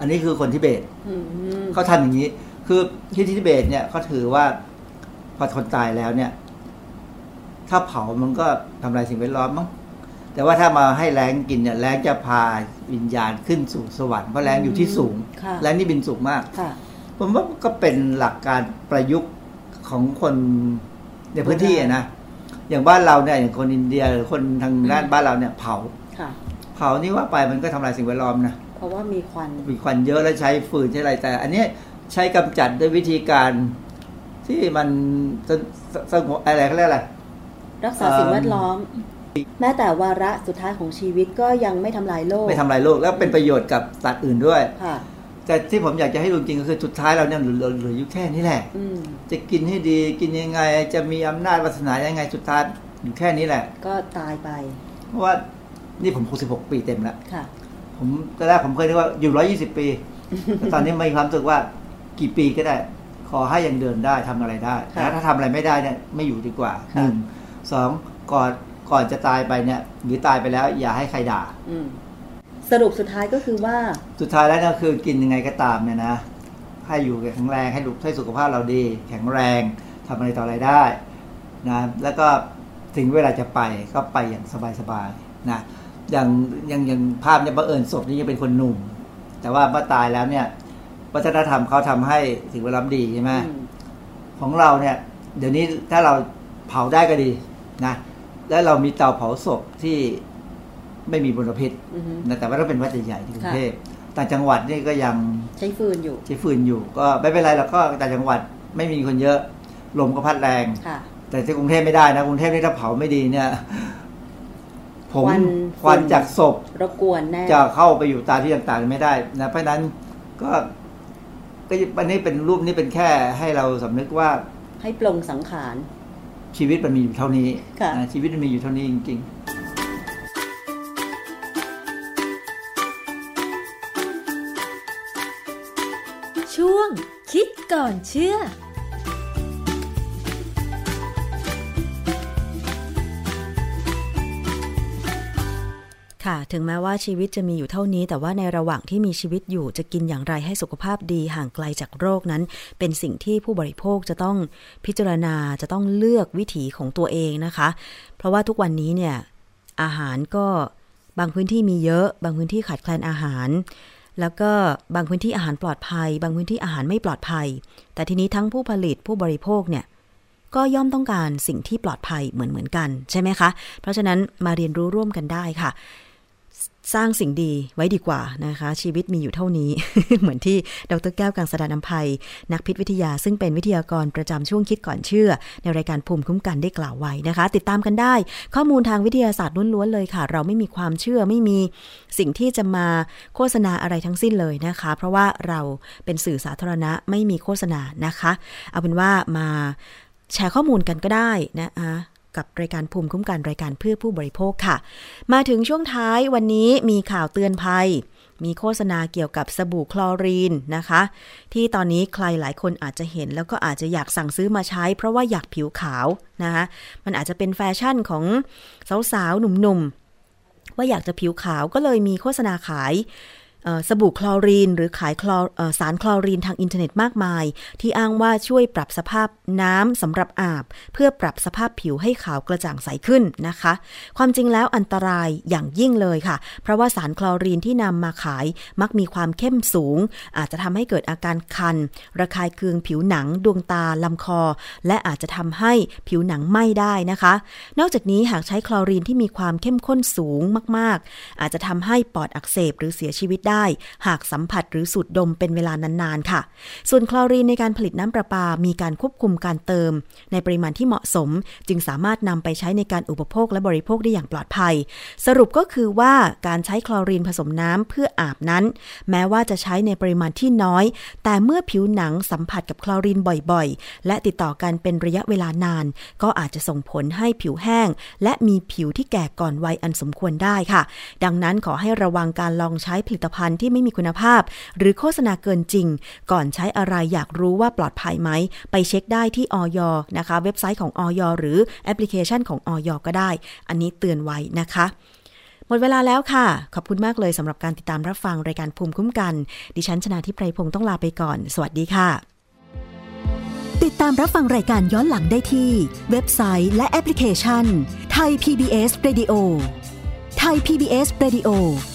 F: อันนี้คือคนทิเบต
G: อืม
F: เขาทำอย่างนี้ คือที่ทิเบตเนี่ยเขาถือว่าพอคนตายแล้วเนี่ย ถ้าเผามันก็ทำลายสิ่งแวดล้อมมั้ง แต่ว่าถ้ามาให้แรงกินเนี่ยแรงจะพาวิญญาณขึ้นสู่สวรรค์เพราะแรงอยู่ที่สูง
G: ค่ะ
F: แรงนี่บินสูงมาก
G: ค่ะ
F: ผมว่าก็เป็นหลักการประยุกต์ของคนในพื้นที่อะนะ อย่างบ้านเราเนี่ยอย่างคนอินเดียหรือคนทางด้านบ้านเราเนี่ยเผา
G: ค่ะ
F: เผานี่ว่าไปมันก็ทำลายสิ่งแวดล้อมนะ
G: เพราะว่ามีควัน
F: มีควันเยอะและใช้ฟืนใช้อะไรแต่ อันเนี้ยใช้กำจัดด้วยวิธีการที่มันสสสงบอะไรเขาเรียกอะไร
G: รักษาสิ่งแวดล้อม แม้แต่วาระสุดท้ายของชีวิตก็ยังไม่ทำลายโลก
F: ไม่ทำลายโลกแล้วเป็นประโยชน์กับสัตว์อื่นด้วย
G: ค่ะ
F: แต่ที่ผมอยากจะให้ดูจริงก็คือสุดท้ายเราเนี่ยเหลือเหลือเหลืออยู่แค่นี้แหละ
G: อืม
F: จะกินให้ดีกินยังไง จะมีอำนาจวาสนายังไงสุดท้ายอยู่แค่นี้แหละ
G: ก็ตายไป
F: เพราะว่านี่ผม66ปีเต็มแล้ว
G: ค่ะ
F: ผมตอนแรกผมเคยนึกว่าอยู่ 120 ปีแต่ตอนนี้มีความรู้สึกว่ากี่ปีก็ได้ ขอให้ยังเดินได้ทำอะไรได้
G: ค่ะ
F: แต่ถ้าทำอะไรไม่ได้เนี่ยไม่อยู่ดีกว่า
G: ค่ะ
F: หนึ่งสองก่อนก่อนจะตายไปเนี่ย หรือตายไปแล้ว อย่าให้ใครด่า
G: อืม สรุปสุดท้ายก็คือว่า
F: สุดท้ายแล้วเนี่ยคือกินยังไงก็ตามเนี่ยนะให้อยู่แข็งแรงให้ลูกให้สุขภาพเราดี แข็งแรงทำอะไรต่ออะไรได้นะแล้วก็ถึงเวลาจะไปก็ไปอย่างสบายๆนะอย่างอย่างอย่างภาพเนี่ยบังเอิญศพนี่ยังเป็นคนหนุ่ม แต่ว่าเมื่อตายแล้วเนี่ยวัฒนธรรมเขาทำให้ถึงเวลาดีใช่ไหม
G: อืม
F: ของเราเนี่ย เดี๋ยวนี้ถ้าเราเผาได้ก็ดีนะแล้วเรามีเตาเผาศพที่ไม่มีมลพิษ
G: อือฮึ
F: นะแต่ว่าต้องเป็นวัดใหญ่ๆที่กรุง
G: ค่ะ
F: เทพต่างจังหวัดนี่ก็ยัง
G: ใช้ฟืนอยู่
F: ใช้ฟืนอยู่ ก็ไม่เป็นไรเราก็ต่างจังหวัดไม่มีคนเยอะลมก็พัดแรง
G: ค่ะ
F: แต่ที่กรุงเทพไม่ได้นะกรุงเทพนี่ถ้าเผาไม่ดีเนี่ย [LAUGHS] ผง
G: ควัน
F: ควันจากศพ
G: รบกวนแน่
F: จะเข้าไปอยู่ตามที่ต่างๆไม่ได้นะเพราะฉะนั้นก็ก็อันนี้เป็นรูปนี้เป็นแค่ให้เราสำนึกว่า
G: ให้ปลงสังขาร
F: ชีวิตมันมีอยู่เท่านี้
G: ค่ะ
F: นะชีวิตมันมีอยู่เท่านี้จริง
E: ช่วง คิดก่อนเชื่อ
B: ค่ะ ถึงแม้ว่าชีวิตจะมีอยู่เท่านี้ แต่ว่าในระหว่างที่มีชีวิตอยู่จะกินอย่างไรให้สุขภาพดีห่างไกลจากโรคนั้น เป็นสิ่งที่ผู้บริโภคจะต้องพิจารณาจะต้องเลือกวิถีของตัวเองนะคะ เพราะว่าทุกวันนี้เนี่ยอาหารก็บางพื้นที่มีเยอะ บางพื้นที่ขาดแคลนอาหาร แล้วก็บางพื้นที่อาหารปลอดภัย บางพื้นที่อาหารไม่ปลอดภัย แต่ทีนี้ทั้งผู้ผลิตผู้บริโภคเนี่ย ก็ย่อมต้องการสิ่งที่ปลอดภัยเหมือนเหมือนๆกันใช่ไหมคะ เพราะฉะนั้นมาเรียนรู้ร่วมกันได้ค่ะ สร้างสิ่งดีไว้ดีกว่านะคะ ชีวิตมีอยู่เท่านี้ [LAUGHS] เหมือนที่ดรแก้วกังสดานนภัย นักพิษวิทยาซึ่งเป็นวิทยากรประจำช่วงคิดก่อนเชื่อ ในรายการภูมิคุ้มกันได้กล่าวไว้นะคะ ติดตามกันได้ ข้อมูลทางวิทยาศาสตร์ล้วนๆเลยค่ะ เราไม่มีความเชื่อไม่มีสิ่งที่จะมาโฆษณาอะไรทั้งสิ้นเลยนะคะ เพราะว่าเราเป็นสื่อสาธารณะไม่มีโฆษณานะคะ เอาเป็นว่ามาแชร์ข้อมูลกันก็ได้นะคะ กับรายการภูมิคุ้มกันรายการเพื่อผู้บริโภคค่ะ มาถึงช่วงท้ายวันนี้มีข่าวเตือนภัย มีโฆษณาเกี่ยวกับสบู่คลอรีนนะคะ ที่ตอนนี้ใครหลายคนอาจจะเห็น แล้วก็อาจจะอยากสั่งซื้อมาใช้ เพราะว่าอยากผิวขาวนะคะมันอาจจะเป็นแฟชั่นของสาวๆ หนุ่มๆ ว่าอยากจะผิวขาวก็เลยมีโฆษณาขาย เอ่อสบู่คลอรีน หรือขายคลอเอ่อสารคลอรีนทางอินเทอร์เน็ตมากมาย ที่อ้างว่าช่วยปรับสภาพน้ำสำหรับอาบ เพื่อปรับสภาพผิวให้ขาวกระจ่างใสขึ้นนะคะ ความจริงแล้วอันตรายอย่างยิ่งเลยค่ะ เพราะว่าสารคลอรีนที่นำมาขายมักมีความเข้มสูง อาจจะทำให้เกิดอาการคัน ระคายเคืองผิวหนัง ดวงตาลำคอ และอาจจะทำให้ผิวหนังไหม้ได้นะคะ นอกจากนี้หากใช้คลอรีนที่มีความเข้มข้นสูงมาก ๆ อาจจะทำให้ปอดอักเสบหรือเสียชีวิตได้ ได้ หากสัมผัสหรือสูดดมเป็นเวลานานๆค่ะ ส่วนคลอรีนในการผลิตน้ำประปา มีการควบคุมการเติม ในปริมาณที่เหมาะสม จึงสามารถนำไปใช้ในการอุปโภคและบริโภคได้อย่างปลอดภัย สรุปก็คือว่าการใช้คลอรีนผสมน้ำเพื่ออาบนั้น แม้ว่าจะใช้ในปริมาณที่น้อย แต่เมื่อผิวหนังสัมผัสกับคลอรีนบ่อยๆ และติดต่อกันเป็นระยะเวลานาน ก็อาจจะส่งผลให้ผิวแห้ง และมีผิวที่แก่ก่อนวัยอันสมควรได้ค่ะ ดังนั้นขอให้ระวังการลองใช้ผลิตภัณฑ์ที่ไม่มีคุณภาพ หรือโฆษณาเกินจริง ก่อนใช้อะไรอยากรู้ว่าปลอดภัยไหม ไปเช็คได้ที่ออยนะคะ เว็บไซต์ของออยหรือแอปพลิเคชันของออยก็ได้ อันนี้เตือนไว้นะคะ หมดเวลาแล้วค่ะ ขอบคุณมากเลยสำหรับการติดตามรับฟังรายการภูมิคุ้มกัน ดิฉันชนะทิพไพรพงศ์ต้องลาไปก่อน สวัสดีค่ะ
H: ติดตามรับฟังรายการย้อนหลังได้ที่ เว็บไซต์และแอปพลิเคชันไทย PBS Radio ไทย PBS Radio